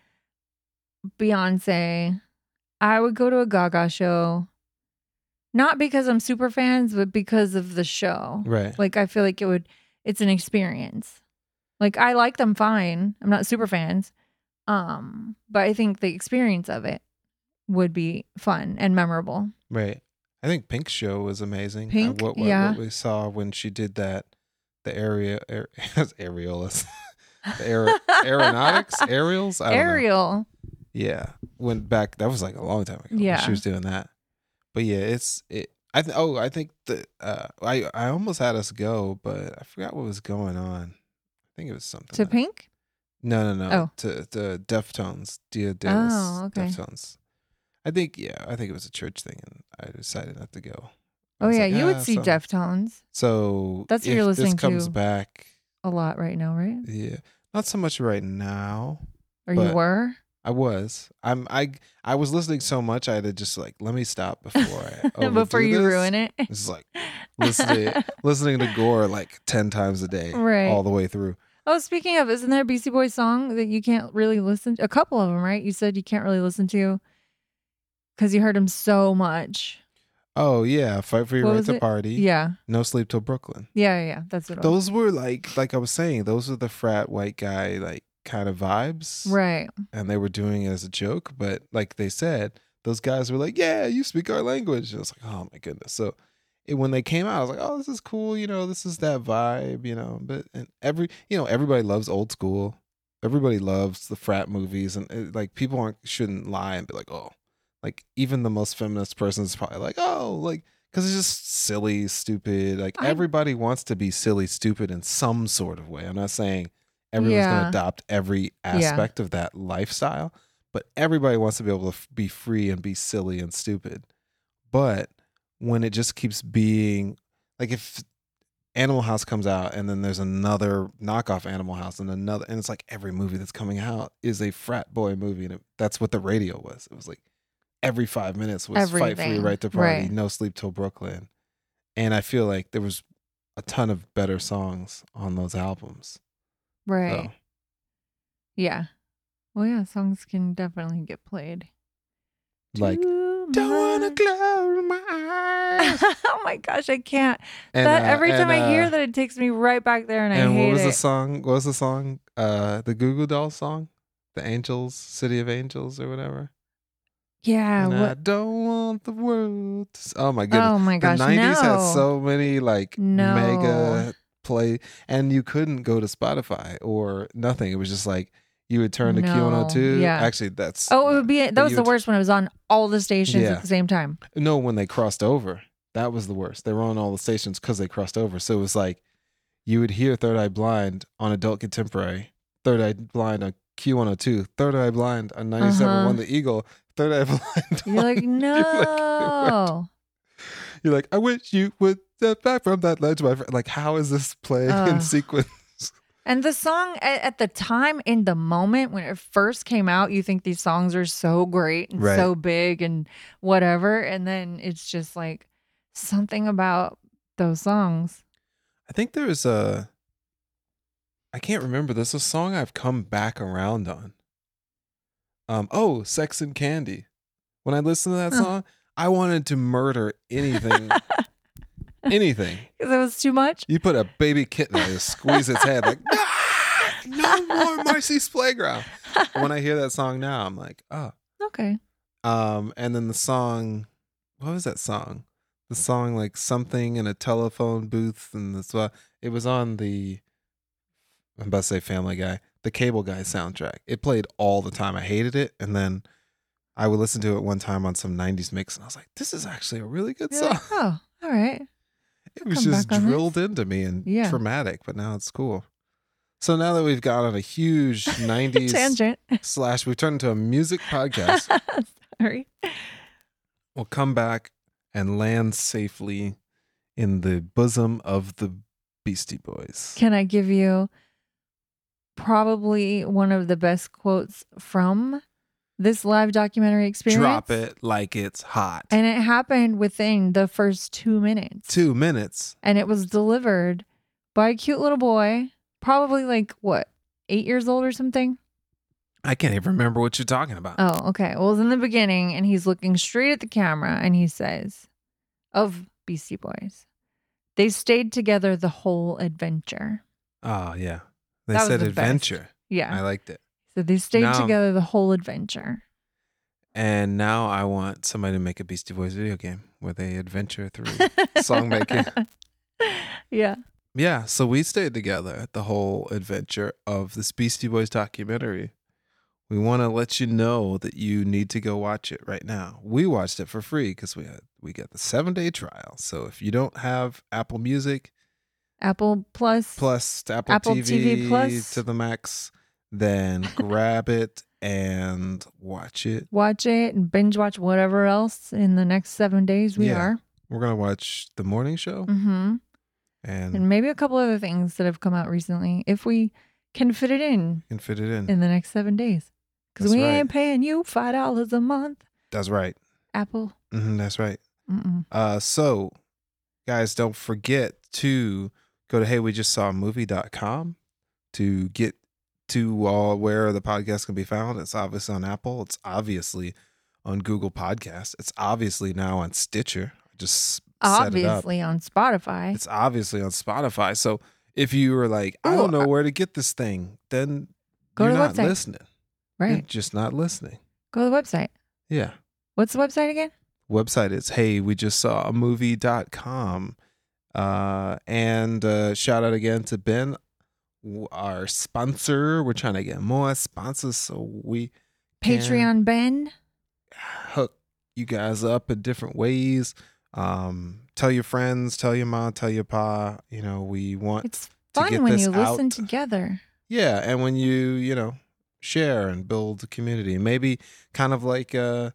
Speaker 2: Beyonce. I would go to a Gaga show. Not because I'm super fans, but because of the show.
Speaker 1: Right.
Speaker 2: Like I feel like it would it's an experience. Like I like them fine. I'm not super fans. Um, but I think the experience of it would be fun and memorable.
Speaker 1: Right. I think Pink's show was amazing. Uh,
Speaker 2: Pink,
Speaker 1: what, what,
Speaker 2: yeah.
Speaker 1: what we saw when she did that, the area, air, areolas, the aer, aeronautics, aerials, I don't know.
Speaker 2: Ariel.
Speaker 1: Yeah, went back. That was like a long time ago. when
Speaker 2: Yeah.
Speaker 1: she was doing that. But yeah, it's it. I th- oh, I think the uh, I I almost had us go, but I forgot what was going on. I think it was something
Speaker 2: To
Speaker 1: that-
Speaker 2: Pink?
Speaker 1: no, no, no.
Speaker 2: Oh.
Speaker 1: To the Deftones, Dia de los
Speaker 2: Oh, okay.
Speaker 1: Deftones. I think yeah, I think it was a church thing, and I decided not to go. I
Speaker 2: Oh
Speaker 1: was
Speaker 2: yeah,
Speaker 1: like,
Speaker 2: you would
Speaker 1: "Ah,
Speaker 2: see
Speaker 1: so-
Speaker 2: Deftones
Speaker 1: So
Speaker 2: That's what
Speaker 1: if
Speaker 2: you're listening
Speaker 1: This comes
Speaker 2: to.
Speaker 1: back.
Speaker 2: a lot right now, right?
Speaker 1: Yeah, not so much right now.
Speaker 2: Or
Speaker 1: But-
Speaker 2: you were?
Speaker 1: I was. I'm. I. I was listening so much. I had to just like let me stop before I
Speaker 2: before you ruin it.
Speaker 1: It's like listening listening to Gore like ten times a day,
Speaker 2: Right.
Speaker 1: all the way through.
Speaker 2: Oh, speaking of, isn't there a Beastie Boys song that you can't really listen to? A couple of them, right? You said you can't really listen to because you heard them so much.
Speaker 1: Oh yeah, fight for your
Speaker 2: What
Speaker 1: right
Speaker 2: was
Speaker 1: to
Speaker 2: it?
Speaker 1: party.
Speaker 2: Yeah.
Speaker 1: no sleep till Brooklyn.
Speaker 2: Yeah. Yeah. yeah. That's what it was.
Speaker 1: Those were like like I was saying. Those were the frat white guy like kind of vibes,
Speaker 2: Right.
Speaker 1: and they were doing it as a joke. But like they said, those guys were like, "Yeah, you speak our language." And I was like, "Oh my goodness!" So it, when they came out, I was like, "Oh, this is cool." You know, this is that vibe. You know, but and every you know everybody loves old school. Everybody loves the frat movies, and it, like people aren't, shouldn't lie and be like, "Oh," like even the most feminist person is probably like, "Oh," like. Cause it's just silly, stupid. Like
Speaker 2: I-
Speaker 1: everybody wants to be silly, stupid in some sort of way. I'm not saying everyone's
Speaker 2: Yeah.
Speaker 1: gonna adopt every aspect of that lifestyle but everybody wants to be able to f- be free and be silly and stupid but when it just keeps being like if animal house comes out and then there's another knockoff animal house and another and it's like every movie that's coming out is a frat boy movie and it, that's what the radio was it was like every five minutes was fight for your
Speaker 2: Everything.
Speaker 1: right to party
Speaker 2: Right.
Speaker 1: no sleep till brooklyn and i feel like there was a ton of better songs on those albums So-
Speaker 2: Right. Yeah. Well, yeah. Songs can definitely get played.
Speaker 1: like
Speaker 2: Too
Speaker 1: don't wanna
Speaker 2: much.
Speaker 1: close my eyes.
Speaker 2: oh my gosh, I can't.
Speaker 1: And,
Speaker 2: that
Speaker 1: uh,
Speaker 2: every
Speaker 1: and,
Speaker 2: time I hear
Speaker 1: uh,
Speaker 2: that, it takes me right back there, and, I
Speaker 1: and
Speaker 2: hate
Speaker 1: what was
Speaker 2: it.
Speaker 1: the song? What was the song? Uh, the Goo Goo Dolls song, the Angels, City of Angels, or whatever.
Speaker 2: yeah.
Speaker 1: and I
Speaker 2: What?
Speaker 1: don't want the world. To... s- Oh my goodness!
Speaker 2: Oh my gosh.
Speaker 1: the '90s
Speaker 2: no.
Speaker 1: had so many like
Speaker 2: No.
Speaker 1: mega play, and you couldn't go to Spotify or nothing. It was just like you would turn to
Speaker 2: No,
Speaker 1: Q102.
Speaker 2: yeah.
Speaker 1: Actually, that's
Speaker 2: Oh, it would be that was
Speaker 1: you
Speaker 2: the
Speaker 1: would-
Speaker 2: worst when it was on all the stations
Speaker 1: Yeah.
Speaker 2: at the same time.
Speaker 1: No, when they crossed over, that was the worst. They were on all the stations because they crossed over. So it was like you would hear Third Eye Blind on Adult Contemporary, Third Eye Blind on Q102, Third Eye Blind on 97.1
Speaker 2: Uh-huh.
Speaker 1: The Eagle, Third Eye Blind.
Speaker 2: You're like,
Speaker 1: on-
Speaker 2: no.
Speaker 1: you're like, I wish you would step back from that ledge, my friend. Like, how is this played in
Speaker 2: Ugh.
Speaker 1: sequence?
Speaker 2: And the song at, at the time, in the moment when it first came out, you think these songs are so great and
Speaker 1: Right.
Speaker 2: so big and whatever, and then it's just like something about those songs.
Speaker 1: I think there was a. I can't remember. There's a song I've come back around on. Um. Oh, Sex and Candy. When I listened to that
Speaker 2: Huh.
Speaker 1: song, I wanted to murder anything. anything.
Speaker 2: Because it was too much.
Speaker 1: You put a baby kitten and just squeeze its head like. "Ah, no more Marcy's Playground. When I hear that song now, I'm like, oh.
Speaker 2: Okay.
Speaker 1: Um. And then the song. What was that song? The song like something in a telephone booth and this. uh, It was on the. I'm about to say Family Guy, the Cable Guy soundtrack. It played all the time. I hated it, and then I would listen to it one time on some '90s mix, and I was like, "This is actually a really good
Speaker 2: You're
Speaker 1: song."
Speaker 2: like, oh, all right.
Speaker 1: It was
Speaker 2: come
Speaker 1: just
Speaker 2: back on this.
Speaker 1: drilled into me and
Speaker 2: Yeah.
Speaker 1: traumatic, but now it's cool. So now that we've got on a huge '90s
Speaker 2: Tangent.
Speaker 1: slash, we've turned into a music podcast.
Speaker 2: Sorry.
Speaker 1: will come back and land safely in the bosom of the Beastie Boys.
Speaker 2: Can I give you probably one of the best quotes from this live documentary experience?
Speaker 1: Drop it like it's hot.
Speaker 2: And it happened within the first two minutes.
Speaker 1: Two minutes.
Speaker 2: And it was delivered by a cute little boy, probably like what, eight years old or something?
Speaker 1: I can't even remember what you're talking about.
Speaker 2: Oh, okay. Well, it was in the beginning, and he's looking straight at the camera and he says, of Beastie Boys, they stayed together the whole adventure.
Speaker 1: Oh, yeah. They
Speaker 2: That was
Speaker 1: said
Speaker 2: the best.
Speaker 1: adventure.
Speaker 2: Yeah.
Speaker 1: I liked it.
Speaker 2: so they stayed
Speaker 1: Now-
Speaker 2: together the whole adventure.
Speaker 1: And now I want somebody to make a Beastie Boys video game where they adventure through song making.
Speaker 2: Yeah.
Speaker 1: Yeah, so we stayed together the whole adventure of this Beastie Boys documentary. We want to let you know that you need to go watch it right now. We watched it for free because we had we got the seven day trial. So if you don't have Apple Music
Speaker 2: Apple Plus.
Speaker 1: plus to Apple,
Speaker 2: Apple TV Plus.
Speaker 1: to the max, then grab it and watch it.
Speaker 2: Watch it and binge watch whatever else in the next seven days we
Speaker 1: Yeah.
Speaker 2: are.
Speaker 1: We're gonna watch the morning show
Speaker 2: hmm
Speaker 1: and
Speaker 2: And maybe a couple other things that have come out recently if we can fit it in
Speaker 1: can fit it in.
Speaker 2: in the next seven days.
Speaker 1: Mm.
Speaker 2: because
Speaker 1: That's
Speaker 2: we
Speaker 1: right.
Speaker 2: ain't paying you five dollars a month.
Speaker 1: That's right.
Speaker 2: Apple.
Speaker 1: hmm that's right.
Speaker 2: Mm-mm.
Speaker 1: Uh, so, guys, don't forget to go to heywejustsawmovie.com to get to all where the podcast can be found. It's obviously on Apple. It's obviously on Google Podcasts. It's obviously now on Stitcher. I just set it up.
Speaker 2: Obviously on Spotify.
Speaker 1: It's obviously on Spotify. So if you were like, I don't
Speaker 2: Ooh, uh
Speaker 1: know where to get this thing, then
Speaker 2: Go
Speaker 1: you're
Speaker 2: to the
Speaker 1: not
Speaker 2: website.
Speaker 1: listening. You're
Speaker 2: Right.
Speaker 1: just not listening.
Speaker 2: Go to the website.
Speaker 1: Yeah.
Speaker 2: What's the website again?
Speaker 1: website is hey we just saw a movie.com uh and uh shout out again to ben w- our sponsor we're trying to get more sponsors so we Can-
Speaker 2: Patreon Ben.
Speaker 1: hook you guys up in different ways um tell your friends tell your mom tell your pa you know we want
Speaker 2: It's
Speaker 1: to get
Speaker 2: fun when
Speaker 1: this
Speaker 2: you listen
Speaker 1: out.
Speaker 2: together.
Speaker 1: yeah and when you you know share and build a community maybe kind of like uh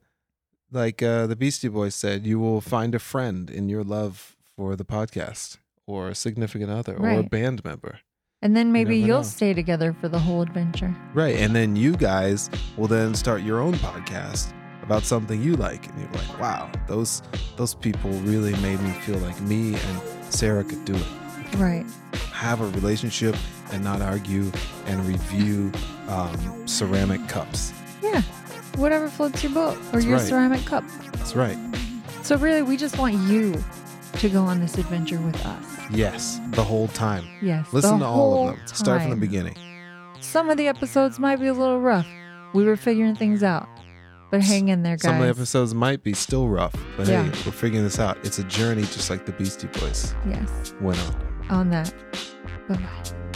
Speaker 1: like uh the beastie boys said you will find a friend in your love for the podcast or a significant other or a
Speaker 2: Right.
Speaker 1: band member
Speaker 2: And then maybe
Speaker 1: never
Speaker 2: you'll
Speaker 1: know.
Speaker 2: stay together for the whole adventure.
Speaker 1: right and then you guys will then start your own podcast about something you like and you're like wow those those people really made me feel like me and sarah could do it
Speaker 2: Right.
Speaker 1: have a relationship and not argue and review um, ceramic cups
Speaker 2: Yeah. Whatever floats your boat or
Speaker 1: That's
Speaker 2: your
Speaker 1: right.
Speaker 2: ceramic cup.
Speaker 1: that's right
Speaker 2: So really, we just want you to go on this adventure with us.
Speaker 1: Yes, the whole time.
Speaker 2: Yes.
Speaker 1: Listen
Speaker 2: the
Speaker 1: to all
Speaker 2: whole
Speaker 1: of them. Start from the
Speaker 2: time.
Speaker 1: beginning.
Speaker 2: Some of the episodes might be a little rough. We were figuring things out, but hang in there, guys.
Speaker 1: Some of the episodes might be still rough, but
Speaker 2: Yeah.
Speaker 1: hey, we're figuring this out. It's a journey just like the Beastie Boys
Speaker 2: yes.
Speaker 1: went on.
Speaker 2: On that. Bye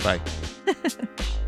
Speaker 2: bye.
Speaker 1: Bye.